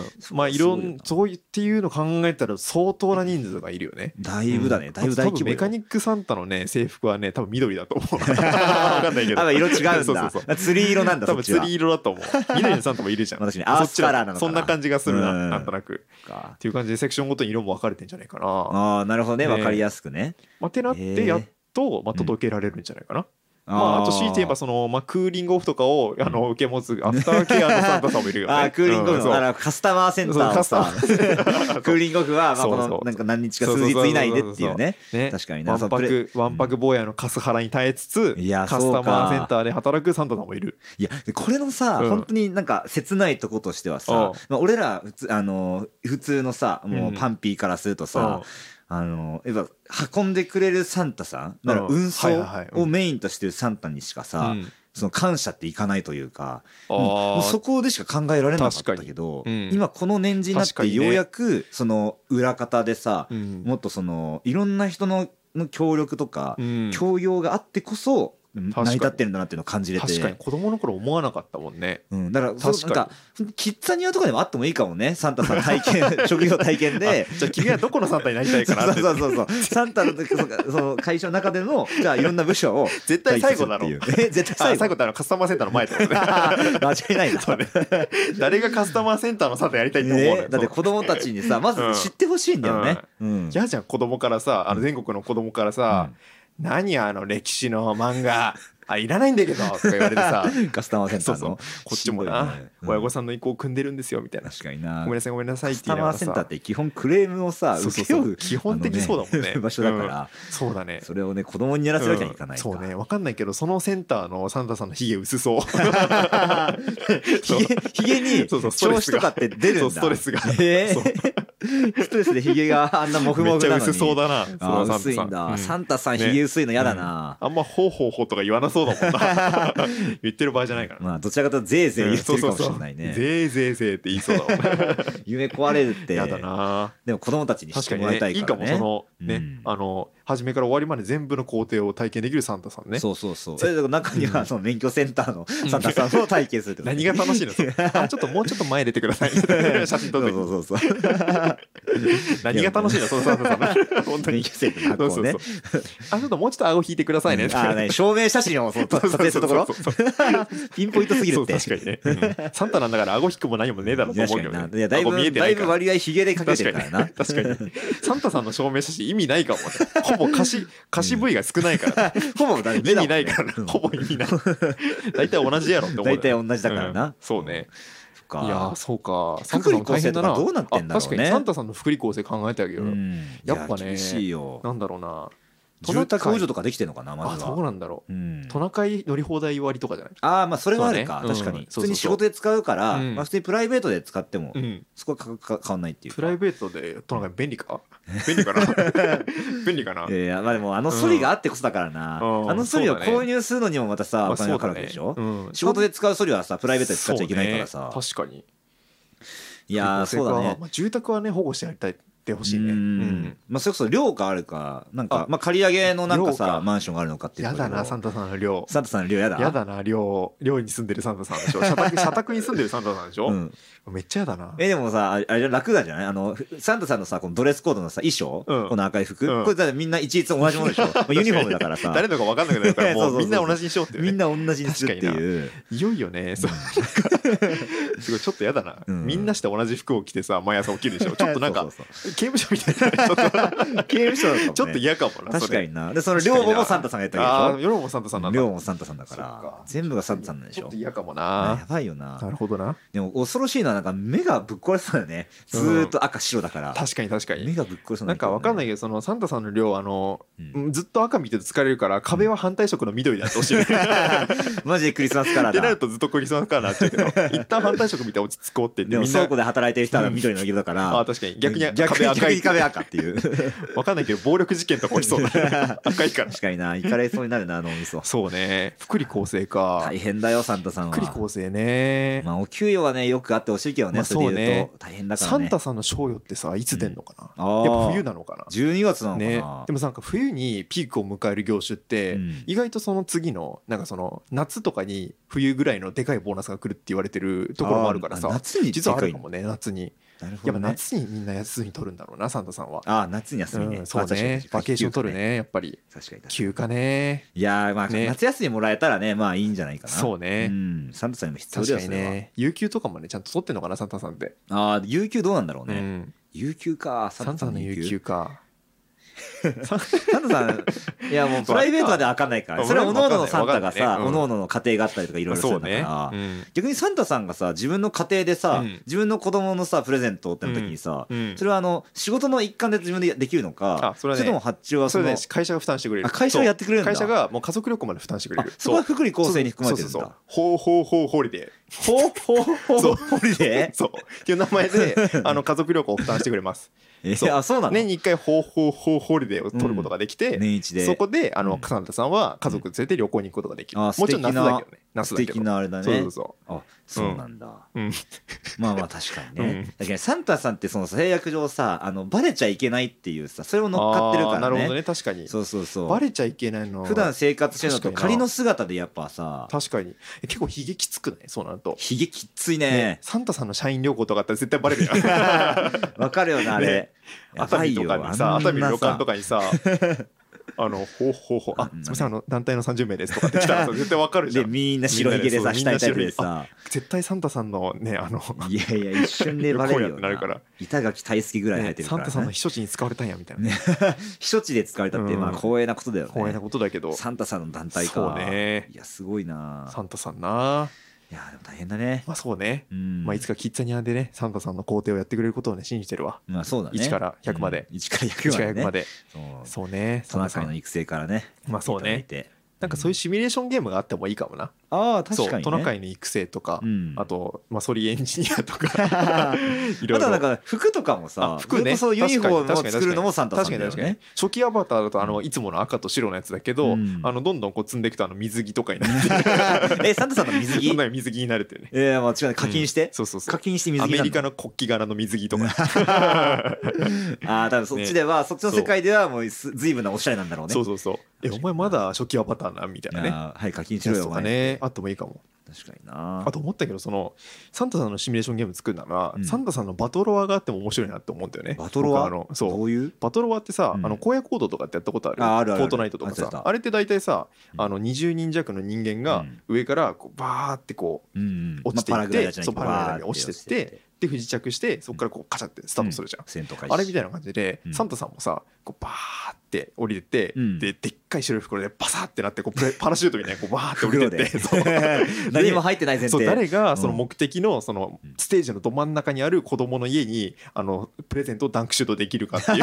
ん
そう
まあいろん
す
そういうっていうの考えたら相当な人数がいるよね
だいぶだね、
うん
だいぶ大規模
多分メカ
ッ
ニックサンタのね制服はね多分緑だと 思う分かんないけど
あ色違うん だ
そうそうそう
あ釣り色なんだ
多
そっ
分
ちは
釣り色だと 思う緑のサンタもいるじゃん
まあ確かに
そっち
アースカラーなのかな
そんな感じがするな
うん
なんとなく
か
っていう感じでセクションごとに色も分かれてんじゃないかな
ああなるほどね
ね
わかりやすくね
まあてなってやっとまあ届けられるんじゃないかなまあ、あと強いて言えばその、まあ、クーリングオフとかをあの受け持つアフターケアのサンタさんもいるよね。
あークーリングオ
うん
フ
そう
のあらカスタマーセンターをさ
そう
クーリングオフはまあ
そう
こ
そう
のなんか何日か数日以内でっていうね
ね
確かにな
わんぱ
そのプ
くわんぱく坊やのカスハラに耐えつつ、
いや
カスタマーセンターで働くサンタさんもいる。
いやでこれのさ、
うん
本当になんか切ないとことしてはさ
うん、
まあ、俺ら普通,、あのー普通のさもうんうパンピーからするとさ
そ、
あのーやっぱ運んでくれるサンタさん、だから
うん
運送
はいはいはいうん
をメインとしてるサンタにしか
う
さ、
ん
その感謝っていかないというか、
あ
うんもう
ー
そこでしか考えられなかったけど、
確かにうん
今この年次になっ
確か
て
に
よ
ね
うやくその裏方でさ、
うん
もっとそのいろんな人のの協力とか、
うん
教養があってこそ
か
成
に
り立ってるんだなっていうのを感じれて
確かに子供の頃思わなかったもんね。
うん、だからそう
確かに
なんかキッザニアとかでもあってもいいかもねサンタさん体験職業体験で
あじゃあ君はどこのサンタになりたい
そ
か
う
なって。
そうそうそうサンタのそうかその会社の中でのじゃあいろんな部署を
絶対最後だろ
対立するっていうえ 絶
あ
対
最
最
後
後
ってあのカスタマーセンターの前ってことね
間違いないな
そうね誰がカスタマーセンターのサンタやりたいって思うのよ
ね、だって子供たちにさまず
うん
知ってほしいんだよね、うん
嫌じゃん子供からさあの全国の子供からさ「何あの歴史の漫画あいらないんだけど」とか言われて さ
カスタマーセンタ
そう
ー
そう
の
こっちも
しんど
ない
よねうん
親御さんの意向を組んでるんですよみたいな
確かにな
ごめんなさいごめんなさいっ
カス
て言
タ
いなが
マ
ら
ー
さ
センターって基本クレームをさ
そう
請
そうそ
け
う
負う
基本的そうだもんね
場所だから、
そうだね
それをね子供にやらせるわけにいかないか、
そうねわかんないけどそのセンターのサンタさんのヒゲ薄 そう
ひげひげに
そうそうストレ
調
ス
子
が
とかって出るんだ
そうストレス が
えー
そう
ストレスでひげがあんなモフ
め
モ
っち
フ
ゃ
なのに
薄そうだなそ
あ
の
ー
サンタさ
薄いんだ、
うん
サンタさんひげ薄いの嫌だな、
あんまほうほうほうとか言わなそうだもん な言ってる場合じゃないからな
まあどちらかというとぜいぜい言ってるかもしれない
うん
ね
そうそうそうぜいぜいぜいって言いそうだもんね
夢壊れるって
やだな
でも子供たちに知っ
確
て
かに
もらいた
ねい
い
い
か
から
ね
もそのね、
うん
あの初めから終わりまで全部の工程を体験できるサンタさんね
そうそうそうそれで中に
う
は
ん
その免許センターのサンタさんを体験するってこと
何が楽しい のあちょっともうちょっと前出てください写真撮って
そうそうそうそう
何が楽しいのそのサンタさん の 本当
免
に
許センターの箱をね
そうあちょっともうちょっと顎引いてくださいね
あーね証明写真をそう撮
そう
撮
そう
影するところ
そうそう
ピンポイントすぎる
そ
っ
う
て
確かにね、うんサンタなんだから顎引くも何もねえだろうと
確
思うけ
か
ど
に
ね、
な。いや、だい
顎見え
ぶ、
て
だ
ないいか
ぶ
ら
割合ヒゲでかけて
確
る
か
から
に
な。
確かに サンタさんの証明写真意味ないかもねほぼ貸し貸し部位が少ないから、
ほぼだね、
意
目だ
味
もん
な
ね
いからなほぼ意味ない大体同じやろって思う
大体同じだから
うん
な。
そうね
そ
い
っか。
やーそうか
福利厚生とかどうなってんだ
あ
ろうね
確かにサンタさんの福利厚生考えてあげよ
う
うよ、
ん。
やっぱね
い厳しいよ。
なんだろうなトナカ
住
イ
宅補助とかできてんのかな、ま
あ
ず
そう
は。
なんだろう
うん
トナカイ乗り放題割とかじゃない
ああ、まあ、それはあるか。
そうね
確か
うん
に。
そうそうそう
普通に仕事で使うから、
うん
まあ、普通にプライベートで使っても
う、ん
そこは価格が変わんないっていう
プ
か。
ライベートでトナカイ便利か便利 かな便利かない
やいや、まあでも、あのソリがあってこそだからな。
うん
あのソリを
そうだね
購入するのにもまたさ、
ま
お
あ
金
そ
が
う
かか
だね
るわけでしょ
うん
仕事で使うソリはさ、プライベートで使っちゃいけないからさ。
そうね確かに
いやー、そうだね。
まあ、住宅はね保護してやりたいってほしいね。
う
うんん。
まあ、それこそ寮があるかなんか
あ
まあ、借り上げのなんか
寮
さ
か
マンションがあるのかっていう
や
ところ
だなサンタさんの寮。
サンタさんの寮やだ
やだな寮寮に住んでるサンタさんでしょ。社 宅社宅に住んでるサンタさんでしょ
う。ん、
めっちゃやだな。
えでもさあれあれ楽なんじゃないあのふサンタさんのさこのドレスコードのさ衣装、
うん
この赤い服、
うん
これだってみんな一律同じもの でしょまあユニフォームだからさ
誰のか分かんなくなるから
そ
もう
うそうそう
みんな同じにしようっていうね
みんな同じにするっていう
いよいよねそう なんかすごいちょっとやだな、
うん
みんなして同じ服を着てさ毎朝起きるでしょちょっとなんか
そうそう
刑務所みたいなちょっ
そう刑務所だったもんね
とちょっと嫌かもな
確かになでその
確かに
寮
な
母もサンタさんがやっ
そ
た
れ
わ
あ
け
あ
でし
寮もサンタさんな
ょ
んだ
寮もサンタさんだから
そっか
全部がサンタさんなんでし
ちょ
ょ
っと嫌かも
や
な
ばいよな
なるほどな
でも恐ろしいのはなんか目がぶっ壊れそうだよね。ずーっと赤白だから。
確かに確かに
目がぶっ壊れそう
なんかわかんない
い。
けどそのサンタさんの量あの、
うん
ずっと赤見てると疲れるから壁は反対色の緑だってほしいねっ
マジでクリスマスカラー
てな
だ
る。とずっとクリスマスカラーになっちゃうけど一旦反対退職みたいに落ち着こうって言って
でも
みんな
倉庫で働いてる人は緑の色だから
あ確かに逆に
逆
壁
に
赤
逆
い
に壁赤って いう
わかんないけど暴力事件とか起きそうだね赤いから
確かにな行かれそうになるなあのお店
そうね福利厚生か
大変だよサンタさん
福利
は
厚生ね
まあお給与はねよくあってほしいけど
ま
ね
あ
それで言う
そう
と大変だから
サン
ね
タさんの賞与ってさいつ出んのかな、
あー
やっぱ冬なのか
12月な
な
の
ね
か
でもなんか冬にピークを迎える業種って、
うん
意外とその次のなんかその夏とかに冬ぐらいのでかいボーナスが来るって言われてるところもあるから
あー
さ
夏に
実はあるか
で
もね夏に
いのなるほ
やっ
ど
ぱ
ね
夏にみんな休み取るんだろうなサンタさんは、
ああ夏に休み
う
ね
んそう
あ確かに
ね
確かに
バケーション取るねやっぱり
確かに確かに
休暇ね
いやーまあ
ね
夏休みもらえたらねまあいいんじゃないかな
そうね
うんサンタさんにも必要
確
だ
か
よ
に
それは
ね有給とかもねちゃんと取ってんのかなサンタさんって、
ああ有給どうなんだろう
う
ね
ん、
有給か
サンタさんの有給か
サンタさ ん、いやもうプライベートはでは分かんないから、
あ
それはおのの
わか
サ
ん
ン
ないわか
タが
んない
さ、
ねう
お
ん
ののの家庭があったりとかいろいろするんだから、
うん
逆にサンタさんがさ、自分の家庭でさ
うん、
自分の子供のさ、プレゼントっての時にさ、
うん
それはあの、仕事の一環で自分でできるの
あ、
か
それはね
れとも発注は
そ
そ
れ
の
ね、会社が負担してくれる
あ会社がやってくれるんだ。
会社がもう家族旅行まで負担してくれ
あ
る
そこは
う
福利厚生に含まれてるん
そうそう
だ。
そうほうほうほうホリデ
ほうほうほう
そう
ホリデ
ー そうっていう名前 であの家族旅行を負担してくれます
ーえ
そう
あ、そうなの
年に一回ほうほうほうホリデーを取ることができて、
年一
そ
で。
こであ
う
の
ん
サンタさんは家族連れて旅行に行くことができる、
うんあ
もちろん夏だけどね夏
素
だけど
敵なあれだ
そう
ね
そう。そ
あ、そうなんだ。
ううん
まあまあ確かにね、
うん
確かにサンタさんってその制約上さあのバレちゃいけないっていうさそれを乗っかってるからね
あーなるほどね確かに
そうそうそう
バレちゃいけないの
普段生活してるのと
確かにな
仮の姿でやっぱさ
確かにえ結構ひげきつくないそうなると、
ひげきっついね
サンタさんの社員旅行とかあったら絶対バレるじゃん
わかるよなあれ、 や
熱
ば
海
い
と
よ
か
あんな
に
さ
さ熱海の旅館とかに さあのほうほうほうあ
うん
すみませんあの団体の30名ですとかって来たら さ絶対わかるじゃ
で
ん
みんな白ひげでさ
みん
額
な
にタ
そう
イプでさ
絶対サンタさんのねあの
いやいや一瞬でバレるよ
こうやって
な
なるから
板垣大好きぐらい入って
ね
る
サ
か
ン
ら、
タ
ね
さんの秘書地に使われたんやみたいなね
避暑地で使われたってまあ
うん
光栄なことだよね
光栄なことだけど
サンタさんの団体か
そうね
いやすごいな
サンタさんない
やでも大変だね
まあそうね
うん
まあいつかキッザニアでねサンタさんの工程をやってくれることをね信じてるわ
まあそうだね。
1から100まで
うん1から100
1
ま
から
で、ね。
100まで
そう。
そうね
ト
サン
ナ
タ
カ
さ
イの
ん
育成からね。
まあそうね
やっていただいて。
なんかそういうシミュレーションゲームがあってもいいかもな
ああ、確
そう
かに、ね。
トナカイの育成とか
うん
あとまあソリエンジニアとかいろいろ
まだなんか服とかもさ、
あ服
それ
ね
こそユニフォー
確
ム
かに確
を
かに
作るのもサンタさ
確
ん
か
だ
に
よ
確かに
ね。
初期アバターだとあのいつもの赤と白のやつだけど、
うん
あのどんどんこう積んでいくとあの水着とかに なって
え、サンタさんの水
そん
着
なに水着になるっていうね
えー、まあ違うね課金して、
そうそうそ
課
う
金して水
ア
着
メリカの
の。
国旗柄の水着とか、
ああ、多分そっちでは、そっちの世界ではもうす随分なおしゃれなんだろうね。
そうそうそうえお前まだ初期アバターなみたいなね
あーはい、課金し
や
ろ
つ
よ、
と
お
か
前。
ねあってもいいかも
確かにな。
あと思ったけどそのサンタさんのシミュレーションゲーム作るなら、
うん
サンタさんのバトロワがあっても面白いなって思うんだよね
バトロワ
僕あのそう
どういう
バトロワってさ、
うん
あの荒野行動とかってやったことある
ああるある
フ
ある
ォートナイトとか
あっ
さ
たあっ
あ
た
れって大体さ、
うん
あの20人弱の人間
う
が
ん
上からこうバーってこう
うんうん。
落ちてい
まあ
って、そうパラグライダー
バー
に落ちてって、で不時着してそこからこうカチャってスタートするじゃん、
戦闘開始。
あれみたいな感じで、
うん
サンタさんもさこうバーって降りてって、
うん
ででっかい白い袋でパサってなってこうプレ パラシュートみたいにこうバーって降りてってそう
で 何も入ってない前
そう
提
誰がその目的のそのステージのど真ん中にある子供の家にあのプレゼントをダンクシュートできるか っていう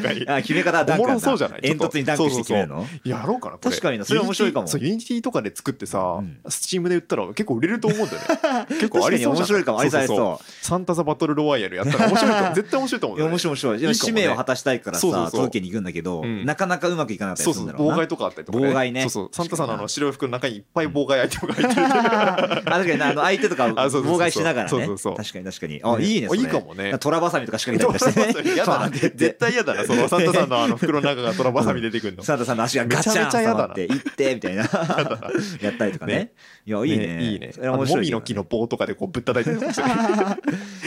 戦い
あ決め方はダンク
おもろそうじゃない
煙突にダンクして決めるの
やろうかなこれ
確かになそれは面白いかも
Unity そうユニティとかで作ってさ、
うん
スチームで売ったら結構売れると思うん だよね結
確
構あ
か
り
に
そうじゃん
面白いかもありそうあり
そうそうそう
そ
サンタザバトルロワイヤルやったら面白い と思う絶対面白いと思う
うん
だ
い
よね
や面白い面白いでも
いいかも
使
ね
命を果たしたいから
そうそう
さ
そう
届けに行くんだけど
うん
なかなかうまくいかなかった
そう
りす
そ
る
うん
だろう
妨
な
害とかあったりとか、ね、
妨害ね
そうそうサンタさんのあの白い服の中にいっぱい妨害アイテムが入ってる、
あ確かになあの相手とか
あそうそうそう
妨害しながら
そう
ね
そうそう
確かに確かにあいいねそれ
いいかもね
虎バサミとか仕 掛けたりと かしてね
やだ
バーン
な
ってやって
絶対嫌だなそのサンタさんのあの袋の中がトラバサミ出てくるの、
サンタさんの足がガチャン
めちゃめちゃ
挟
や
ま
だ
っ
な
て行ってみたいなやったりとかね
ね
いやいいね
いいね
そ
あ
れは
の
面
モ
白い
ミ
けど
の
ね
木の棒とかでこうぶったたいてる の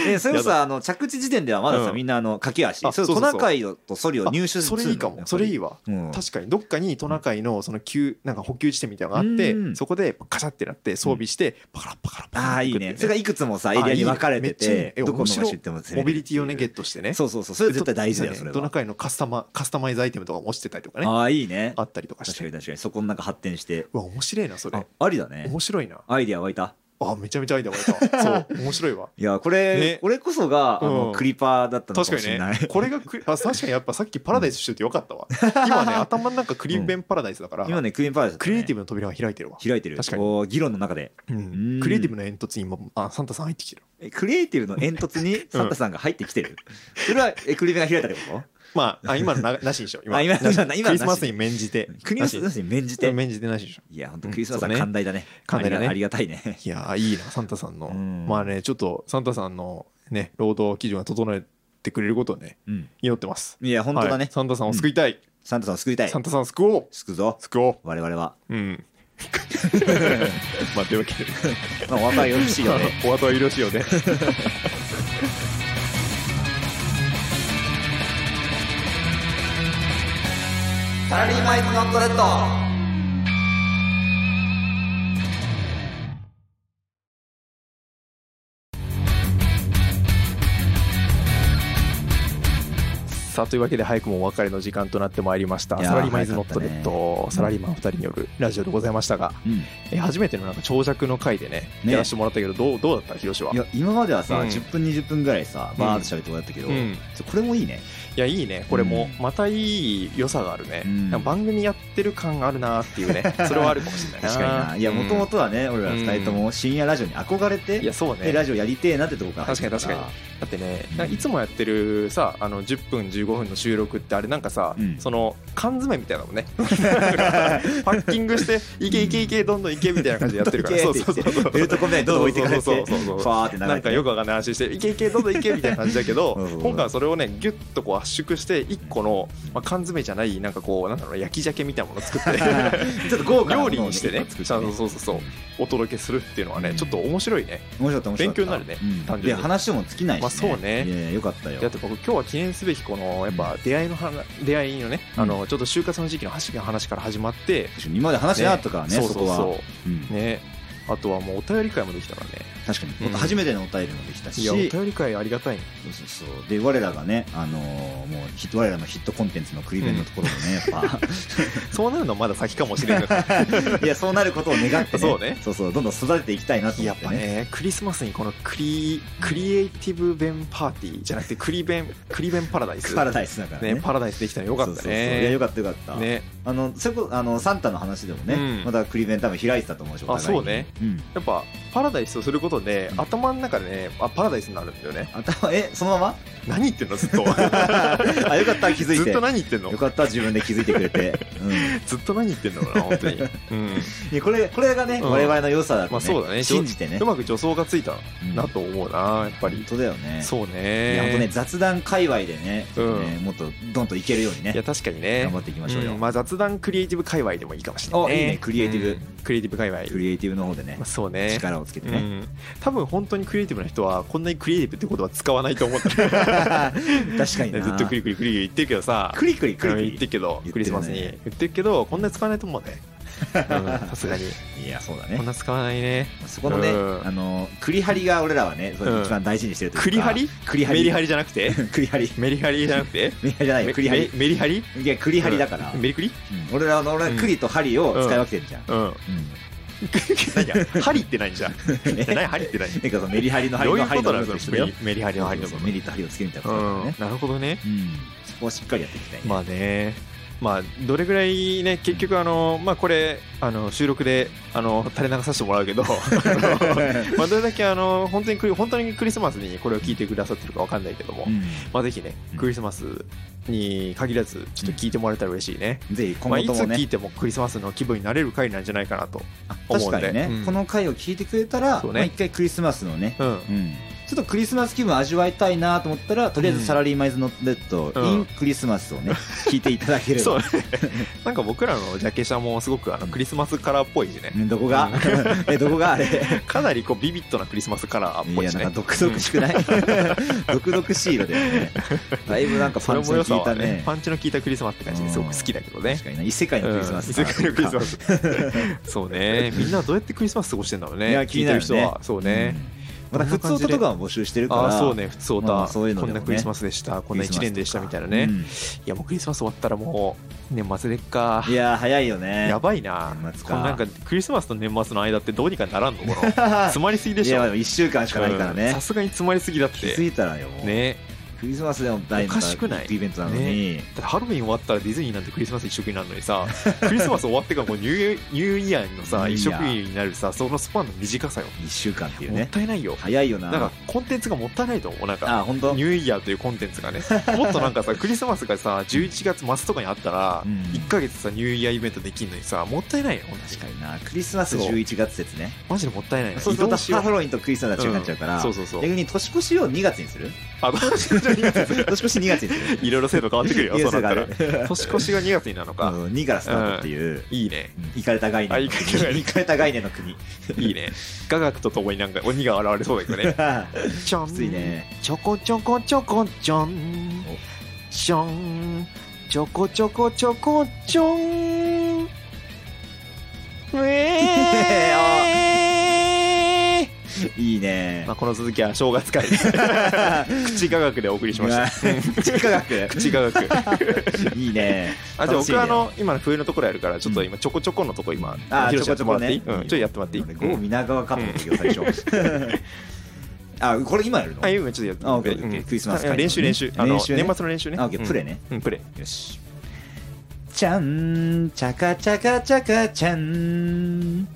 えそれこそ
や
さあの着地時点ではまださ、
うん
みんなあの駆け足
あ
それ
そう
ト
そうそう
ナカイとソリを入手する
それいいかもそれいいわ
うん
確かにどっかにトナカイのその給なんか補給地点みたいなのがあっ
う
て
ん
そこでカシャってなって装備してパカラパカラパカ
あ
ラ
あ
って
い
く
い
ってう
ねそれがいくつもさエリアに分かれ
あ
て
いいねめっ
て
ちゃいいねえ
どこの場所
面白い
行っても攻めれる
モビリティをねゲットしてね
そうそうそうそれ絶対大事だよ
で
それ
トナ
は
カイのカスタマカスタマイズアイテムとかも落ちてたりとかね
ああいいね
あったりとかし
確か
て
に確かにそこのなんか発展して
うわ面白いなそ
あ
れ
ありだね
面白いな
アイディア湧いた
あめちゃめちゃアイデア湧い たそう面白いわ
いやこれ、
ね
これこそが、あ
うん
のクリパーだったの
確か
かも
に
しれ
ね
ない、
これがクリあ確かにやっぱさっきパラダイスしててよか ったわ今ね頭の中クリベンパラダイスだから、
今ねクリパーです、ね、
クリエイティ
ブ
ブの扉が開いてるわ、
開いてる
確かに
こう議論の中で
うん
うん
クリエイティブの煙突に今あサンタさん入ってきてる
えクリエイティブの煙突にサンタさんが入ってきてる、それはえクリベが開いたってこ
まああ今の ななしにしよう
あ今
なし
今のなし
クリスマスに免じて
とクリスマ
なし
スに免じて
免じてなしにしよう
いや本当クリスマスは
うんそうね
寛大だね,、
寛大だね
ありがありがたいね
いやーいいなサンタさんの、
うん
まあねちょっとサンタさんのね労働基準が整えてくれることをね
うん
祈ってます
いや本当だね、
はいサンタさんを救いたい、
サンタさんを救いたい
サンタさんを救おう
救うぞ
救おう
我々は、
うん まあというわけで
まあ、お若いよろ しいよね
お後はよろしいよね
サラリーマイズノットレッド
さあというわけで早くもお別れの時間となってまいりました
いやー
サラリーマンイズノットレッ
早か
ド、
ったね
サラリーマン2人によるラジオでございましたが、
うん
えー初めてのなんか長尺の回でね
ね
やらせてもらったけどどうどうだった広島はい
や今まではさ、
うん
10分20分ぐらいさバーッと喋ってもらったけど、
うん
ちょこれもいいね
いやいいねこれも
う
またいい良さがあるね、
うん
なんか番組やってる感があるなって いうねそれはあるかもしれないな
確かにないや
うん
もともとはね、俺ら2人とも深夜ラジオに憧れて、
いやそうね
で
だ
ラジオやりてえなってとこから入った
確かに確ってね
うん
なんかいつもやってるさあの10分15分の収録ってあれなんかさ、
うん
その缶詰みたいなもん ね パッキングしていけいけいけどんどんいけみたいな感じでやってるから
ど
そ
ん
う
どん
そうそ
行けっ
うそ
て言って
う
ベルトコンベヤーにどんどん置いてかれて
そうそうそう
フ
そう
ァーって流れて
なんかよくわかんない話していけいけどんどんいけみたいな感じだけど
うん
今回はそれをねギュッとこう圧縮して一個の、まあ、缶詰じゃないなんかこうなんだろう焼き鮭みたいなものを作って
ちょっと 豪華なもの
料
を
理にしてね
一個作っ
ちゃんとそうそうそうお届けするっていうのはねちょっと面白いね
面白かった面白かった
勉強になるね
うん
単純に
で話も尽きないし、ね
まあそうね
いやいやよかったよ
だって僕今日は記念すべきこのやっぱ出会いの話出会いのね、
うん
あのちょっと就活の時期の話の話から始まって、
今まで話してなかったからね
そう
そ
そう
こは、
そううんねあとはもうお便り会もできたからね
確かに、
うん
初めてのお便りもできたし
いやお便り会ありが たいね
そうそうそうで我らがね、あのーもうヒット我らのヒットコンテンツのクリベンのところもね、やっ
そうなるのはまだ先かもしれない
ぱ いやそうなることを願って、ね、
そうね
そうそうどんどん育てていきたいなと思
やっ
って
ぱ
ね
ねクリスマスにこのクリクリエイティブ弁パーティーじゃなくてクリ弁クリ弁パラダイス
パラダイスだからね
ねパラダイスできたのよかったね
そうそうそういやよかったよかった、
ね
あのそれこそあのサンタの話でもね、
うん
まだクリベン多分開いてたと思うし
あそう
ね、
ね
うん、
やっぱパラダイスをすることで
うん
頭の中でねあパラダイスになるんだよね
頭えそ のま
何言ってんの ずっと
まあよかった気づいて
ずっと何言ってんの
よかった自分で気づいてくれて、うん、
ずっと何言ってんだろうな本 当に、うん、
いやこれこれがね、
うん
我々の良さだと、ね
まあそうだね
信じてね
うまく助走がついた
うん
なと思うなやっぱり
本、当だよね
そう
いや本当ね
ね
雑談界隈でね,、
うん
ねもっとドンといけるようにね
いや確かに
頑
ね
張っていきましょうよ、
うんまあ、雑談クリエイティブ界隈でもいいかもしれない、
あいいねクリエイティブ
うんクリエイティブ界隈
クリエイティブの方でね
まあ、そうね
力をつけて
う
ね、
ん、多分本当にクリエイティブな人はこんなにクリエイティブって言葉使わないと思ったず
確かにな
っとクリクリクリ言ってるけどさ
クリクリクリク
うん
リ
言ってるけど
言ってるね
クリスマスに言ってるけどこんなに使わないと思うねうんさすがに
いやそうだ
こん
ね
な使わないね
そこのね、
うん
あのクリハリが俺らはねそれ一番大事にしてるというか
クリハ リ
クリハ
メリハ
リ
リじゃなくて
クリハリ
メリハリじゃなくて
メリハリじゃないよ
メ
クリハリ
メメリハリ
いやクリハリだから、
メリクリ
うん俺らの俺
うん
らクリとハリを使い分けてるじゃん、
うん
うん
何やハリって何じゃん 何ハリって何
なんかそのメリハリのハリ
どうい
の
う
ハ
こ
リの
とな
部
ん
分
で
と
す
一
か
緒だよ
メリメリハリのハリのこと
メリとハリをつけるみたいな
う
ことだから
ん
ね、
なるほどね
うんそこはしっかりやっていきたいね、
まあねまあどれぐらいね結局あのまあこれあの収録であの垂れ流させてもらうけ どあのまあどれだけあの本当にクリ本当にクリスマスにこれを聞いてくださってるかわかんないけども、
うん
まあぜひね
うん
クリスマスに限らずちょっと聞いてもらえたら嬉しいね、
ぜひ今
まあ、
後
いつ
とも
聞
ね
い、てもクリスマスの気分になれる回なんじゃないかなと
あ
思う
確
んで
かにね、
うん
この回を聞いてくれたら、
そうね
まあ、一回クリスマスのね、
うん、
うんちょっとクリスマス気分味わいたいなと思ったらとりあえ
うん
ず「サラリーマイズ・ノット・デッド
う」ん
in クリスマ スをね聞いていただけれ
そう
ば
ね なんか僕らのジャケ写もすごくあのクリスマスカラーっぽいしね
うんどこが えどこが あれ
かなりこうビビッドなクリスマスカラーっ
い
ぽい
や
し
なん
ね
か独々しくない独々しい色だよねだいぶなんか
そ
パ
れ
ンチ
も
の
良さ
効い
は
た
ね
ね
パンチの効いたクリスマスって感じですごく好きだけどね
確かにな異世界のクリスマス
うん異世界のクリスマ スそうねみんなどうやってクリスマス過ごしてんだろう
い
ね
や
聞
気に
いて
な
る
るね
人はそうね、
また
こんな
普通
感じ
音
で
とかも募集してるから
ああそうね普通
まあま
歌
あそういうの
こ
で
ん
も
な
ね
クリスマスでしたこんな1年でしたみたいなね、
う
い
ん
やもうクリスマス終わったらもう年末でっか
いやー早いよね
やばいな
年末
こ
か
のなんかクリスマスと年末の間ってどうにかならんの この詰まりすぎで
い
しょ
やでも1週間しかないから
うん
ね
さ、すがに詰まりすぎだっ
気づ
て
いたらよもう
ね
クリスマスでも大
おかしくない
イベントなのに、
だってハロウィン終わったらディズニーなんてクリスマス一色になるのに さクリスマス終わってからもうニューニューイヤーのさ
ニュー
一
イ
色
ヤー
になるさそのスパンの短さよ
一1週間っていう
もっ
ね
たいないよ
早いよな
なんかコンテンツがもったいないと思うなんか
あ本当
ニューイヤーというコンテンツ がねもっとなんかさクリスマスがさ11月末とかにあったら、
うん
1ヶ月さニューイヤーイベントできるのにさもったいないよ
確かになクリスマス11月節ね
マジでもったいないよ
そうすると
移動しよ
ハ
う
ロウィンとクリスマスが中になっちゃうから、
うんそうそうそう
逆に年越しを2月に する
あどうしよう2月
年越し2月にする
いろいろ制度変わってくるよ
いや
そうなったら
そうだね
年越しが2月になるの
あ
か
の2からスタートっていう、
いいね
いかれた概念
あ
の
イカれた概念
イカれた概念の 国
いいね雅楽とともになんか鬼が現れそうだけどねちょん
きついね
ちょこちょこちょこちょんしょんちょこちょこちょこちょん うえ
いいね
ー まあこの続きは正月会 です口科学でお送りしました
た 地 下学
口科学
いいね
あじゃあ
楽しいね
僕あの今の冬のところやるからちょっと今ちょこちょこのとこ今
あ
ヒロ
ーちょ
シやっ
こち
て
ょ
もら
こ
っていい
ね
うんちょっとやってもらっていい
郷
うん
皆川かと思ったけど最 初あこれ今やるの
あ、今ちょっとやって
あオッケーオッケー
うん
クリスマス会
あ練習練習。あの、
練習ね
年末の練習ね。
あオッケー
うん
プレね。
うん、プレ。
よし。ちゃん、ちゃかちゃかちゃかちゃん。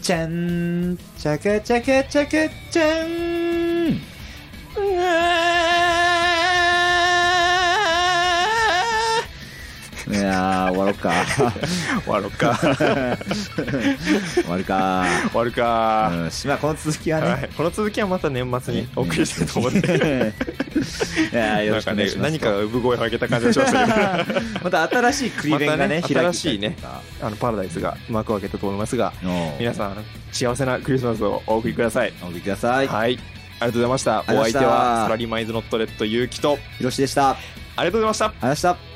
ちゃん、ちゃかちゃかちゃかちゃん。いやー、終わろう か。
終わろうか。
終わるか。
終わる
う
か。
ん、しまあこの続きはね。
はい。この続きはまた年末にお送りしたいと思 って。
て。いやーよ
な
ろ
ん
しく
か
お願
ね
いし、ます
何かが産声を上げた感じがしましたけど。
また新しいクリベンがね、
またね
開
新しいね
い
あの、パラダイスが幕を開けたと思いますが、皆
さ
さん、幸せなクリスマスをお送りください。
ん、お聞きください。
はい。ありがとうございました。お
ありがとう
相
ございました
手は、サラリーマイズノットレッドゆうきと、
ひろしでした。あり
ありがとうございました。
がとうございました。